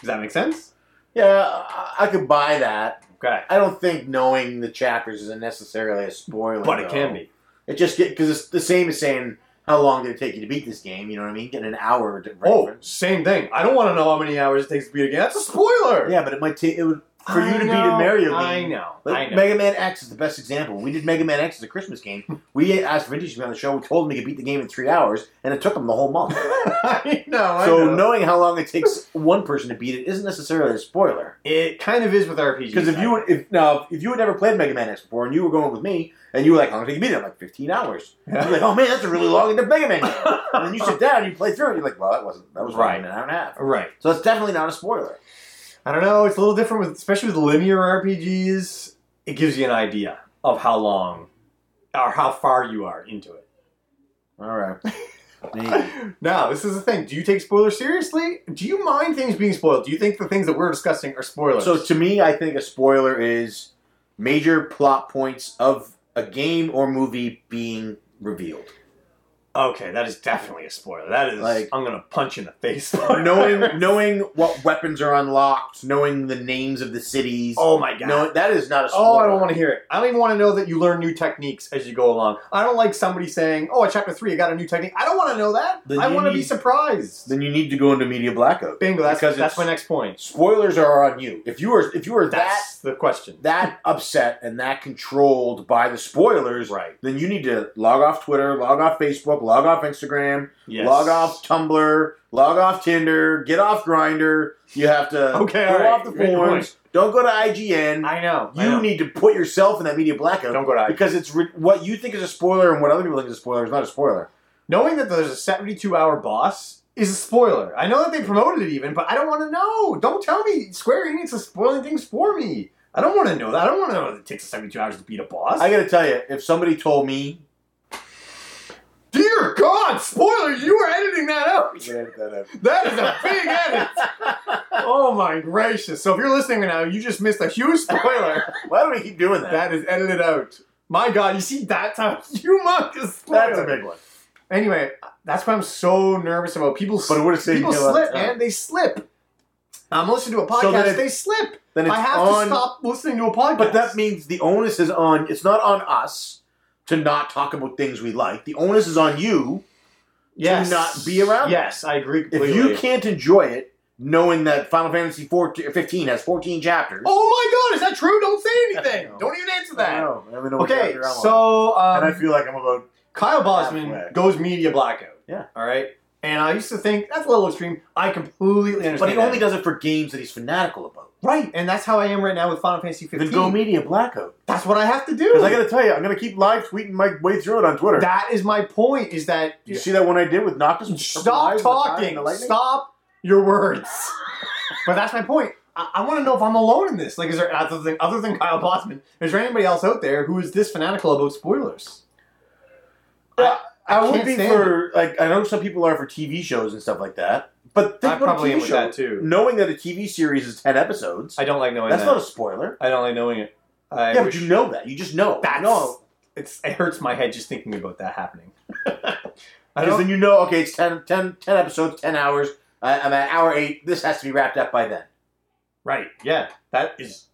S2: Does that make sense?
S1: Yeah, I, I could buy that.
S2: Okay,
S1: I don't think knowing the chapters isn't necessarily a spoiler.
S2: but it
S1: though.
S2: can be.
S1: It just get because it's the same as saying how long did it take you to beat this game. You know what I mean? Getting an hour. To
S2: Oh, same thing. I don't want to know how many hours it takes to beat a game. That's a spoiler.
S1: yeah, but it might take it would for you
S2: I
S1: to beat
S2: know,
S1: a Mario game.
S2: I know.
S1: Like,
S2: I know.
S1: Mega Man X is the best example. We did Mega Man X as a Christmas game. We asked Vintage to be on the show. We told him he could beat the game in three hours, and it took him the whole month.
S2: I know. I
S1: so
S2: know.
S1: knowing how long it takes one person to beat it isn't necessarily a spoiler.
S2: it kind of is with RPGs.
S1: Because if you
S2: I
S1: would, if now if you had never played Mega Man X before and you were going with me and you were like, "How long did you beat it?" I'm like, "15 hours."
S2: Yeah.
S1: You're like, "Oh man, that's a really long into Mega Man." game." and then you sit down and you play through it. You're like, "Well, that wasn't that was right
S2: Right.
S1: an hour and a half."
S2: right.
S1: So it's definitely not a spoiler.
S2: I don't know. It's a little different with, especially with linear RPGs. It gives you an idea of how long or how far you are into it.
S1: All right. Maybe.
S2: Now, this is the thing. Do you take spoilers seriously? Do you mind things being spoiled? Do you think the things that we're discussing are spoilers?
S1: so to me, I think a spoiler is major plot points of a game or movie being revealed.
S2: okay, that is definitely a spoiler. That is
S1: Like-
S2: I'm gonna punch you in the face.
S1: knowing knowing what weapons are unlocked, knowing the names of the cities.
S2: Oh my god.
S1: no, that is not a spoiler.
S2: Oh, I don't want to hear it. I don't even want to know that you learn new techniques as you go along. I don't like somebody saying, "Oh, at chapter three, I got a new technique." I don't want to know that.
S1: Then
S2: I
S1: you
S2: want to be
S1: need-
S2: surprised.
S1: Then you need to go into media blackout.
S2: Bingo. That's
S1: because
S2: that's
S1: it's-
S2: my next point.
S1: spoilers are on you. If you are if you are that
S2: That's the question.
S1: that upset and that controlled by the spoilers,
S2: Right.
S1: then you need to log off Twitter, log off Facebook, log off Instagram,
S2: Yes.
S1: log off Tumblr, log off Tinder, get off Grinder. You have to
S2: Okay,
S1: go
S2: all right.
S1: off the
S2: You made your
S1: forums. Don't go to IGN.
S2: I know. I know.
S1: you need to put yourself in that media blackout
S2: Don't go to
S1: because it's re- what you think is a spoiler and what other people think is a spoiler is not a spoiler.
S2: Knowing that there's a 72 hour boss is a spoiler. I know that they promoted it even, but I don't want to know. Don't tell me Square Enix is spoiling things for me. I don't want to know that. I don't want to know that it takes 72 hours to beat a boss.
S1: I got to tell you, if somebody told me,
S2: Dear God, spoiler! You are editing that out. That is a big edit. oh my gracious! So if you're listening right now, you just missed a huge spoiler.
S1: why do we keep doing that?
S2: that is edited out. My God, you see that's how humongous spoiler.
S1: That's a big one.
S2: Anyway, that's why I'm so nervous about people.
S1: But it would have saved
S2: People
S1: me a lot of
S2: slip,
S1: time.
S2: man. They slip. I'm listening to a podcast.
S1: So then it-
S2: they slip.
S1: Then it's
S2: I have
S1: on,
S2: to stop listening to a podcast.
S1: But that means the onus is on. It's not on us to not talk about things we like. The onus is on you.
S2: yes.
S1: not be around
S2: Yes, I agree
S1: If
S2: completely.
S1: you can't enjoy it, knowing that Final Fantasy 14, 15 has fourteen chapters.
S2: Oh my God, is that true? Don't say
S1: I
S2: anything.
S1: know.
S2: Don't even answer
S1: I
S2: that.
S1: don't know. I don't know what
S2: Okay,
S1: chapter I'm on.
S2: so um,
S1: and I feel like I'm about.
S2: Kyle Bosman
S1: Halfway.
S2: goes media blackout.
S1: Yeah.
S2: All right. And I used to think that's a little extreme. I completely understand.
S1: But he
S2: that.
S1: only does it for games that he's fanatical about.
S2: right, and that's how I am right now with Final Fantasy 15.
S1: Then go media blackout.
S2: that's what I have to do.
S1: Because I got to tell you, I'm going to keep live tweeting my way through it on Twitter.
S2: that is my point. Is that
S1: Did you see that one I did with Noctis?
S2: Stop talking. Stop your words. but that's my point. I, I want to know if I'm alone in this. Like, is there other than other than Kyle Bosman? Is there anybody else out there who is this fanatical about spoilers?
S1: I, would
S2: can't
S1: be
S2: stand
S1: for like I know some people are for TV shows and stuff like that, but think
S2: I
S1: about
S2: probably
S1: a
S2: am
S1: TV
S2: with
S1: show.
S2: that too.
S1: Knowing that a TV series is ten episodes,
S2: I don't like knowing
S1: that's
S2: that.
S1: not a spoiler.
S2: I don't like knowing it. I
S1: yeah,
S2: wish
S1: but you know that. You just know.
S2: That's-
S1: no,
S2: it's it hurts my head just thinking about that happening. I
S1: because
S2: don't.
S1: then you know. Okay, it's 10, 10, 10 episodes, ten hours. I, I'm at hour eight. This has to be wrapped up by then.
S2: right. Yeah. That is.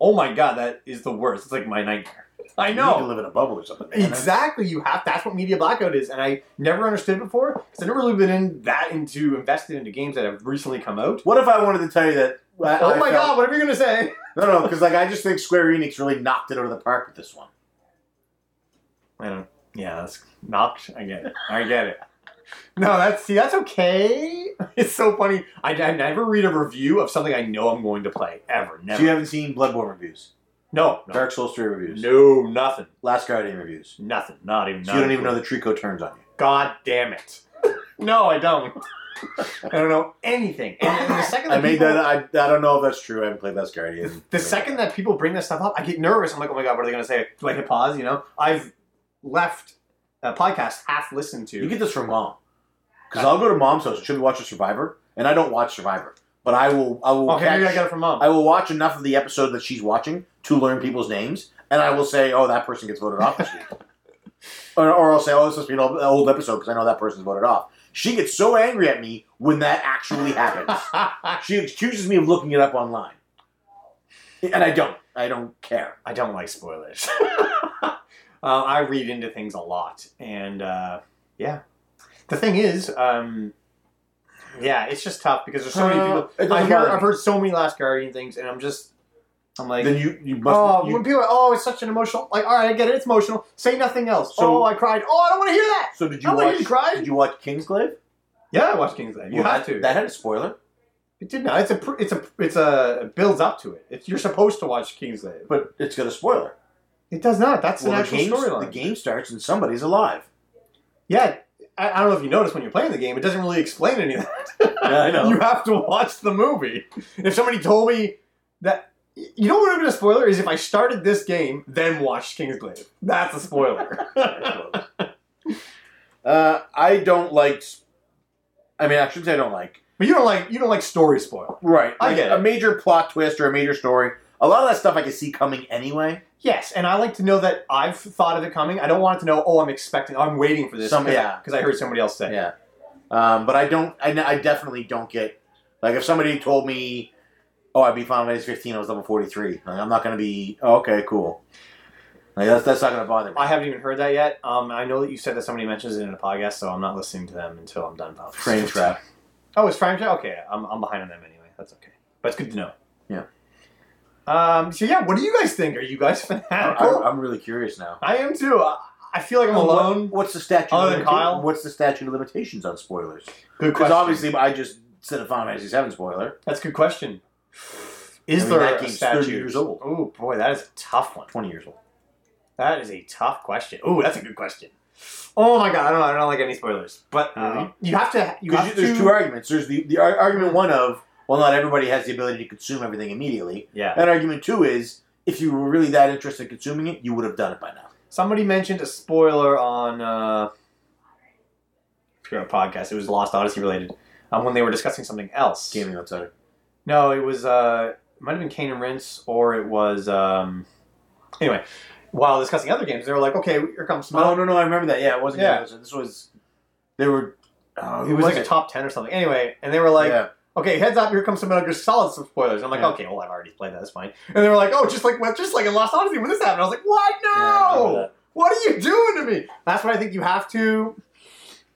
S2: Oh my god, that is the worst. It's like my nightmare. I
S1: You need to
S2: know.
S1: live in a bubble or something. man.
S2: Exactly. You have. That's what media blackout is, and I never understood before because I've never really been in that into invested into games that have recently come out.
S1: What if I wanted to tell you that? I,
S2: oh
S1: I
S2: my
S1: felt-
S2: god, what are you gonna say?
S1: No, no, because like I just think Square Enix really knocked it out of the park with this one.
S2: I don't. Yeah, that's knocked. I get it. I get it. No, that's see, that's okay. It's so funny. I, I never read a review of something I know I'm going to play ever.
S1: So
S2: Never.
S1: you haven't seen Bloodborne reviews,
S2: no, no,
S1: Dark Souls three reviews,
S2: no, nothing,
S1: Last Guardian reviews.
S2: nothing, not even.
S1: So
S2: not
S1: you don't even
S2: clue.
S1: know the Trico turns on you.
S2: God damn it. no, I don't. I don't know anything. And, and the second
S1: I
S2: that
S1: made
S2: people,
S1: that. I, I don't know if that's true. I haven't played Last Guardian.
S2: the second that people bring this stuff up, I get nervous. I'm like, oh my god, what are they going to say? Do I hit pause? You know, I've left a podcast half listened to.
S1: you get this from mom, because I'll go to mom's house. and She'll be watching Survivor, and I don't watch Survivor, but I will. I will.
S2: Oh, okay,
S1: catch,
S2: maybe I got it from mom.
S1: I will watch enough of the episode that she's watching to learn people's names, and I will say, "Oh, that person gets voted off this week," or, or I'll say, "Oh, this must be an old, old episode because I know that person's voted off." She gets so angry at me when that actually happens. she accuses me of looking it up online, and I don't. I don't care.
S2: I don't like spoilers. uh, I read into things a lot, and uh, yeah, the thing is, um, yeah, it's just tough because there's so many
S1: Uh,
S2: people.
S1: it doesn't
S2: I've heard,
S1: bother me.
S2: I've heard so many Last Guardian things, and I'm just, I'm like,
S1: Then you you must.
S2: oh,
S1: you-
S2: when people, are, oh, it's such an emotional. Like, all right, I get it, it's emotional. Say nothing else.
S1: So-
S2: oh, I cried. Oh, I don't want to hear that.
S1: so did
S2: I
S1: you
S2: don't want
S1: watch?
S2: to hear Oh, you cry.
S1: Did you watch Kingsglaive?
S2: Yeah, I watched Kingsland. You
S1: Well,
S2: have
S1: that-
S2: to.
S1: That had a spoiler,
S2: it did not. It's a. pr- It's a. It's a. It builds up to it. It's, you're supposed to watch Kingsland, but
S1: but it's got a spoiler.
S2: it does not. That's an
S1: well, the
S2: actual
S1: game
S2: storyline.
S1: the game starts and somebody's alive.
S2: Yeah, I, I don't know if you noticed when you're playing the game, it doesn't really explain any of that.
S1: Yeah, I know.
S2: you have to watch the movie. If somebody told me that, you know what would have been a spoiler is if I started this game, then watched Kingsglaive. That's a spoiler.
S1: uh, I don't like. s- I mean, I should say I don't like.
S2: but you don't like you don't like story spoil.
S1: Right,
S2: I
S1: like
S2: get
S1: a
S2: it.
S1: major plot twist or a major story. A lot of that stuff I can see coming anyway.
S2: Yes, and I like to know that I've thought of it coming. I don't want it to know. Oh, I'm expecting. I'm waiting for this.
S1: Some-
S2: because
S1: yeah.
S2: I heard somebody else say. it.
S1: Yeah, um, but I don't. I, I definitely don't get. Like if somebody told me, "Oh, I beat Final Fantasy 15. I was level 43." Like, I'm not going to be. Oh, okay, cool. Like that's that's not going to bother me.
S2: I haven't even heard that yet. Um, I know that you said that somebody mentions it in a podcast, so I'm not listening to them until I'm done. probably.
S1: Frame trap.
S2: Oh, it's Prime Time? Okay, I'm, I'm behind on them anyway. That's okay. But it's good to know.
S1: Yeah.
S2: Um, so, yeah, what do you guys think? Are you guys fanatical?
S1: I, I'm really curious now.
S2: I, am too. I, I feel like I'm
S1: What-
S2: alone.
S1: what's the statute?
S2: Other than
S1: of limita-
S2: Kyle?
S1: what's the statute of limitations on spoilers?
S2: Good
S1: Because
S2: question.
S1: obviously, I just said a Final Fantasy VII spoiler.
S2: That's a good question.
S1: I
S2: Is
S1: mean,
S2: there
S1: that
S2: a
S1: game's 30
S2: statue?
S1: years old.
S2: Oh, boy, that is a tough one.
S1: Twenty years old.
S2: That is a tough question. Oh, that's a good question. Oh, my God. I don't know. I don't like any spoilers. But uh,
S1: Really?
S2: you have to. You
S1: Because
S2: have
S1: there's
S2: to.
S1: two arguments. There's the, the ar- argument one of well, not everybody has the ability to consume everything immediately.
S2: yeah.
S1: And argument two is if you were really that interested in consuming it, you would have done it by now.
S2: Somebody mentioned a spoiler on uh, a podcast. It was Lost Odyssey related. Um, when they were discussing something else.
S1: Gaming outsider.
S2: No, it was uh, it might have been Kane and Rince, or it was um, anyway. While discussing other games, they were like, "Okay, here comes
S1: Oh
S2: Smoke."
S1: no, no, I remember that. Yeah, it wasn't.
S2: Yeah.
S1: Gaming Outsider. This was. They were. Oh,
S2: it
S1: who
S2: was like a
S1: it?
S2: top ten or something. Anyway, and they were like,
S1: yeah.
S2: "Okay, heads up, here comes some Metal Gear Solid some spoilers." And I'm like,
S1: Yeah.
S2: "Okay, well, I've already played that. That's fine." And they were like, "Oh, just like well, just like in Lost Odyssey when this happened." I was like, "What? No!"
S1: Yeah, I remember that.
S2: What are you doing to me? That's what I think you have to.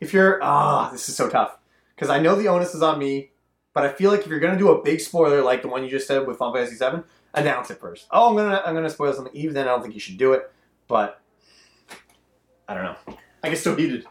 S2: If you're ah, this is so tough because I know the onus is on me, but I feel like if you're gonna do a big spoiler like the one you just said with Final Fantasy VII, announce it first. Oh, I'm gonna I'm gonna spoil something. Even then, I don't think you should do it. But I don't know. I get so heated.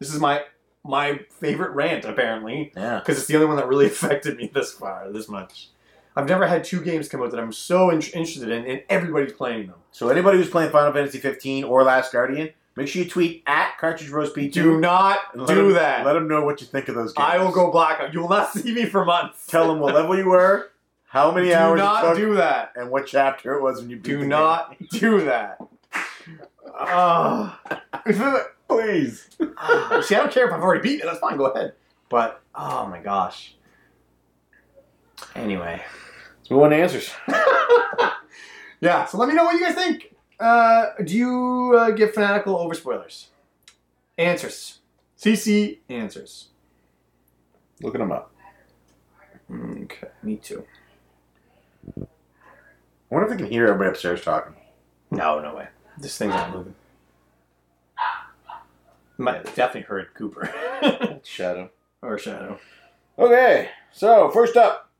S2: This is my my favorite rant apparently
S1: yeah.
S2: because it's the only one that really affected me this far, this much. I've never had two games come out that I'm so in- interested in, and everybody's playing them.
S1: So anybody who's playing Final Fantasy 15 or Last Guardian, make sure you tweet at Cartridge Roast P2.
S2: Do not
S1: and let
S2: do
S1: them-
S2: that.
S1: Let them know what you think of those games.
S2: I will go blackout. You will not see me for months.
S1: Tell them what level you were, how many
S2: do
S1: hours it
S2: not
S1: took,
S2: do that.
S1: and what chapter it was when you beat the
S2: Do
S1: game.
S2: not do that. Ah. If it-
S1: Please.
S2: Ah, See, I don't care if I've already beaten it. That's fine. Go ahead. But oh my gosh. Anyway.
S1: Let's move on to answers.
S2: yeah. So let me know what you guys think. Uh, do you uh, get fanatical over spoilers? Answers. CC answers.
S1: Looking them up.
S2: Okay. Me too.
S1: I wonder if I can hear everybody upstairs talking.
S2: No, no way. This thing's not moving. Might have definitely heard Cooper
S1: Shadow.
S2: or Shadow.
S1: Okay, so first up,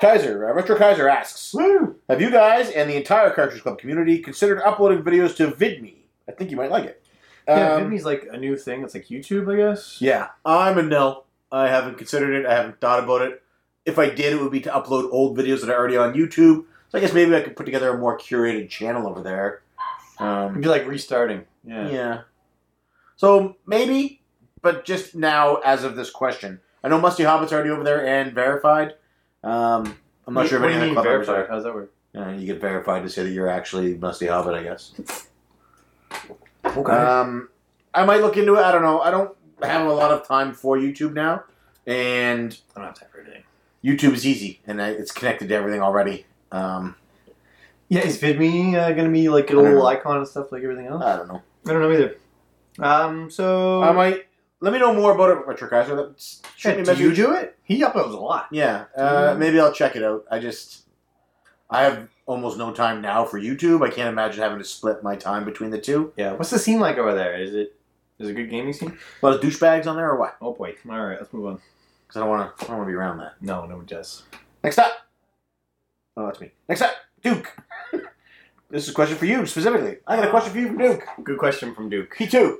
S1: Kaiser uh, Retro Kaiser asks:
S2: Woo!
S1: Have you guys and the entire Cartridge Club community considered uploading videos to VidMe? I think you might like it.
S2: Yeah,
S1: Um,
S2: Vimme's like a new thing. It's like YouTube, I guess.
S1: Yeah, I'm a no. I haven't considered it. I haven't thought about it. If I did, it would be to upload old videos that are already on YouTube. So I guess maybe I could put together a more curated channel over there.
S2: It'd
S1: Um,
S2: be like restarting. Yeah.
S1: yeah. So maybe, but just now as of this question, I know Musty Hobbit's already over there and verified. Um, I'm not sure if
S2: What do
S1: any
S2: you
S1: other
S2: mean
S1: club members
S2: verified?
S1: are.
S2: How does that work?
S1: Uh, you get verified to say that you're actually Musty Hobbit, I guess.
S2: Okay.
S1: Um, I might look into it. I don't know. I don't have a lot of time for YouTube now, and
S2: I don't have time for anything.
S1: YouTube is easy and I- it's connected to everything already. Um,
S2: Yeah, is VidMe uh, gonna be like
S1: I
S2: a
S1: don't
S2: little
S1: know.
S2: icon and stuff like everything else?
S1: I don't know.
S2: I don't know either. Um, so
S1: I might. Let me know more about it, Retro Kaiser. That's- Shoot
S2: Shit,
S1: me a
S2: do
S1: message.
S2: you do it? He uploads a lot.
S1: Yeah, uh,
S2: Mm.
S1: maybe I'll check it out. I just, I have almost no time now for YouTube. I can't imagine having to split my time between the two.
S2: Yeah. What's the scene like over there? Is it is it a good gaming scene?
S1: A lot of douchebags on there, or what?
S2: Oh boy. All right, let's move on.
S1: Because I don't want to. I don't want to be around that.
S2: No, no one does.
S1: Next up. Oh, that's me. Next up, Duke. this is a question for you specifically. I got a question for you from Duke.
S2: Good question from Duke.
S1: P2.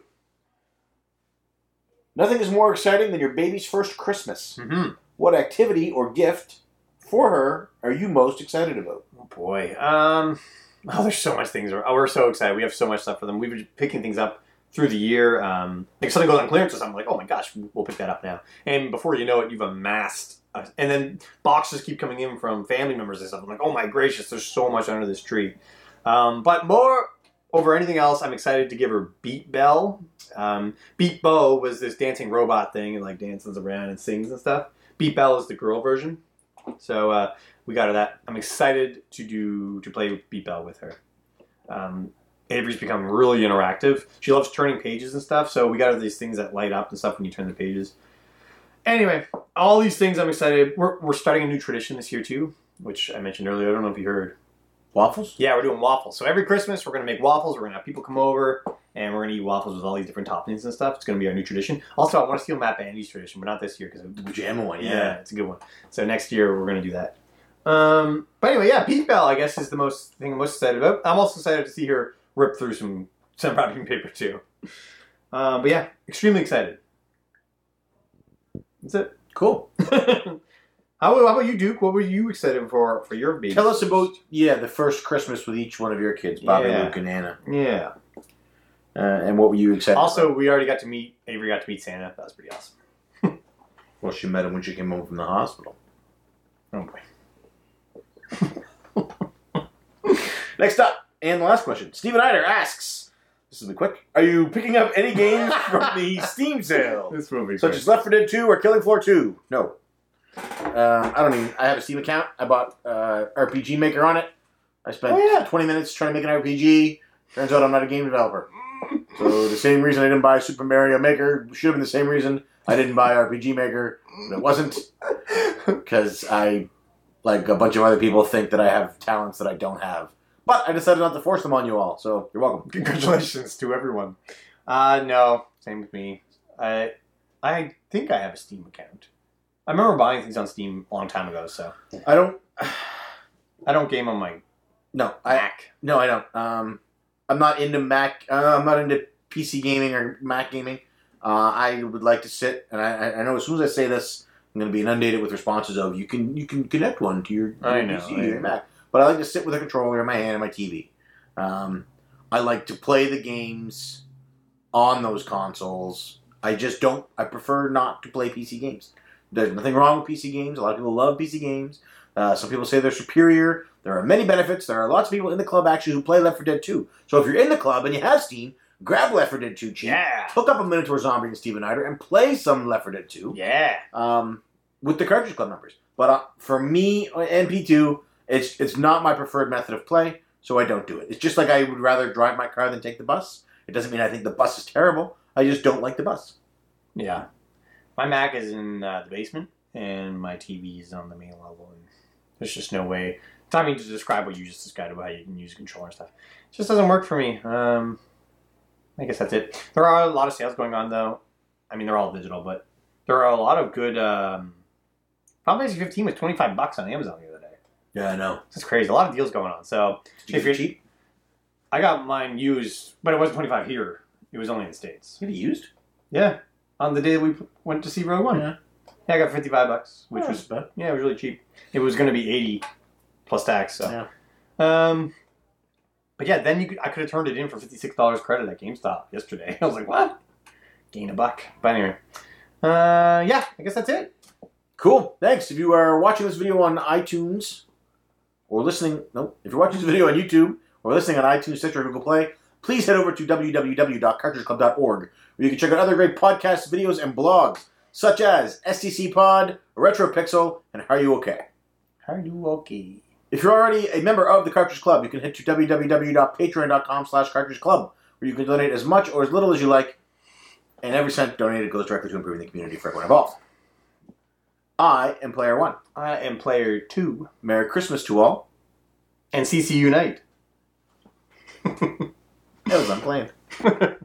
S1: Nothing is more exciting than your baby's first Christmas.
S2: Mm-hmm.
S1: What activity or gift for her are you most excited about?
S2: Oh boy. Um. Oh, there's so much things. We're, oh, we're so excited. We have so much stuff for them. We've been picking things up through the year. Um, like if something goes on clearance or something, like oh my gosh, we'll pick that up now. And before you know it, you've amassed. A, and then boxes keep coming in from family members and stuff. I'm like, oh my gracious, there's so much under this tree. Um, but more over anything else, I'm excited to give her Beat Bell. Um, Beat Bo was this dancing robot thing and like dances around and sings and stuff. Beat Bell is the girl version. So uh, we got her that. I'm excited to do to play Beat Bell with her. Um, Avery's become really interactive. She loves turning pages and stuff. So we got her these things that light up and stuff when you turn the pages. Anyway, all these things I'm excited. We're, we're starting a new tradition this year too, which I mentioned earlier. I don't know if you heard.
S1: Waffles?
S2: Yeah, we're doing waffles. So every Christmas, we're going to make waffles. We're going to have people come over, and we're going to eat waffles with all these different toppings and stuff. It's going to be our new tradition. Also, I want to steal Matt Bandy's tradition, but not this year because
S1: The jam one,
S2: yeah. it's a good one. So next year, we're going to do that. Um, but anyway, yeah, Beat Bell, I guess, is the most thing I'm most excited about. I'm also excited to see her rip through some some wrapping paper too. Um, but yeah, extremely excited. That's it.
S1: Cool.
S2: how, how about you, Duke? What were you excited for for your baby?
S1: Tell us about, yeah, the first Christmas with each one of your kids, Bobby,
S2: Yeah.
S1: Luke, and Anna.
S2: yeah.
S1: Uh, and what were you excited about?
S2: Also, we already got to meet Avery. Got to meet Santa. That was pretty awesome.
S1: Well, she met him when she came home from the hospital.
S2: Oh boy.
S1: Next up, and the last question. Steven Eider asks, this will be quick, are you picking up any games from the Steam sale?
S2: This will be
S1: Such as Left 4 Dead 2 or Killing Floor 2. No. Um, I don't even. I have a Steam account. I bought uh, RPG Maker on it. I spent
S2: Oh, yeah.
S1: 20 minutes trying to make an RPG. Turns out I'm not a game developer. So the same reason I didn't buy Super Mario Maker should have been the same reason I didn't buy RPG Maker, but it wasn't because I, like a bunch of other people, think that I have talents that I don't have. But I decided not to force them on you all. So you're welcome.
S2: Congratulations to everyone. Uh no, same with me. I I think I have a Steam account. I remember buying things on Steam a long time ago, so
S1: I don't.
S2: I don't game on my
S1: No, I
S2: Mac.
S1: No, I don't. Um, I'm not into Mac. Uh, I'm not into PC gaming or Mac gaming. Uh, I would like to sit, and I, I- I know as soon as I say this, I'm going to be inundated with responses of you can you can connect one to your,
S2: I
S1: your
S2: know,
S1: PC
S2: I
S1: or your
S2: know.
S1: Mac, but I like to sit with a controller in my hand and my TV. Um, I like to play the games on those consoles. I just don't. I prefer not to play PC games. There's nothing wrong with PC games. A lot of people love PC games. Uh, some people say they're superior. There are many benefits. There are lots of people in the club actually who play Left 4 Dead 2. So if you're in the club and you have Steam, grab Left 4 Dead 2 cheap.
S2: Yeah.
S1: Hook up a Minotaur Zombie and Steven Eider and play some Left 4 Dead 2
S2: Yeah.
S1: um, with the cartridge club numbers. But uh, for me, on MP2, it's it's not my preferred method of play, so I don't do it. It's just like I would rather drive my car than take the bus. It doesn't mean I think the bus is terrible. I just don't like the bus.
S2: Yeah. My Mac is in uh, the basement, and my TV is on the main level. And there's just no way. It's not mean to describe what you just described about how you can use a controller and stuff. It just doesn't work for me. Um, I guess that's it. There are a lot of sales going on, though. I mean, they're all digital, but there are a lot of good. Um, Final Fantasy 15 was 25 bucks on Amazon the other day.
S1: Yeah, I know.
S2: That's crazy. A lot of deals going on. So
S1: Did you get
S2: If
S1: it
S2: you're-
S1: cheap?
S2: I got mine used, but it wasn't 25 here. It was only in the States.
S1: Did you get it used?
S2: Yeah, on the day we went to see Rogue One.
S1: Yeah.
S2: Yeah, I got fifty-five bucks, which
S1: Which
S2: was
S1: was bad.
S2: yeah, it was really cheap. It was going to be eighty plus tax. So,
S1: Yeah.
S2: um, but yeah, then you could, I could have turned it in for fifty-six dollars credit at GameStop yesterday. I was like, what? Gain a buck. But anyway, uh, yeah, I guess that's it.
S1: Cool. Thanks. If you are watching this video on iTunes or listening, no, if you're watching this video on YouTube or listening on iTunes, Stitcher, or Google Play, please head over to www.cartridgeclub.org where you can check out other great podcasts, videos, and blogs such as STC Pod, Retro Pixel, and How Are You Okay?
S2: How are you okay?
S1: If you're already a member of the Cartridge Club, you can head to www.patreon.com slash cartridge club where you can donate as much or as little as you like, and every cent donated goes directly to improving the community for everyone involved. I am Player One.
S2: I am player two
S1: Merry Christmas to all.
S2: and CC Unite.
S1: That was unplanned.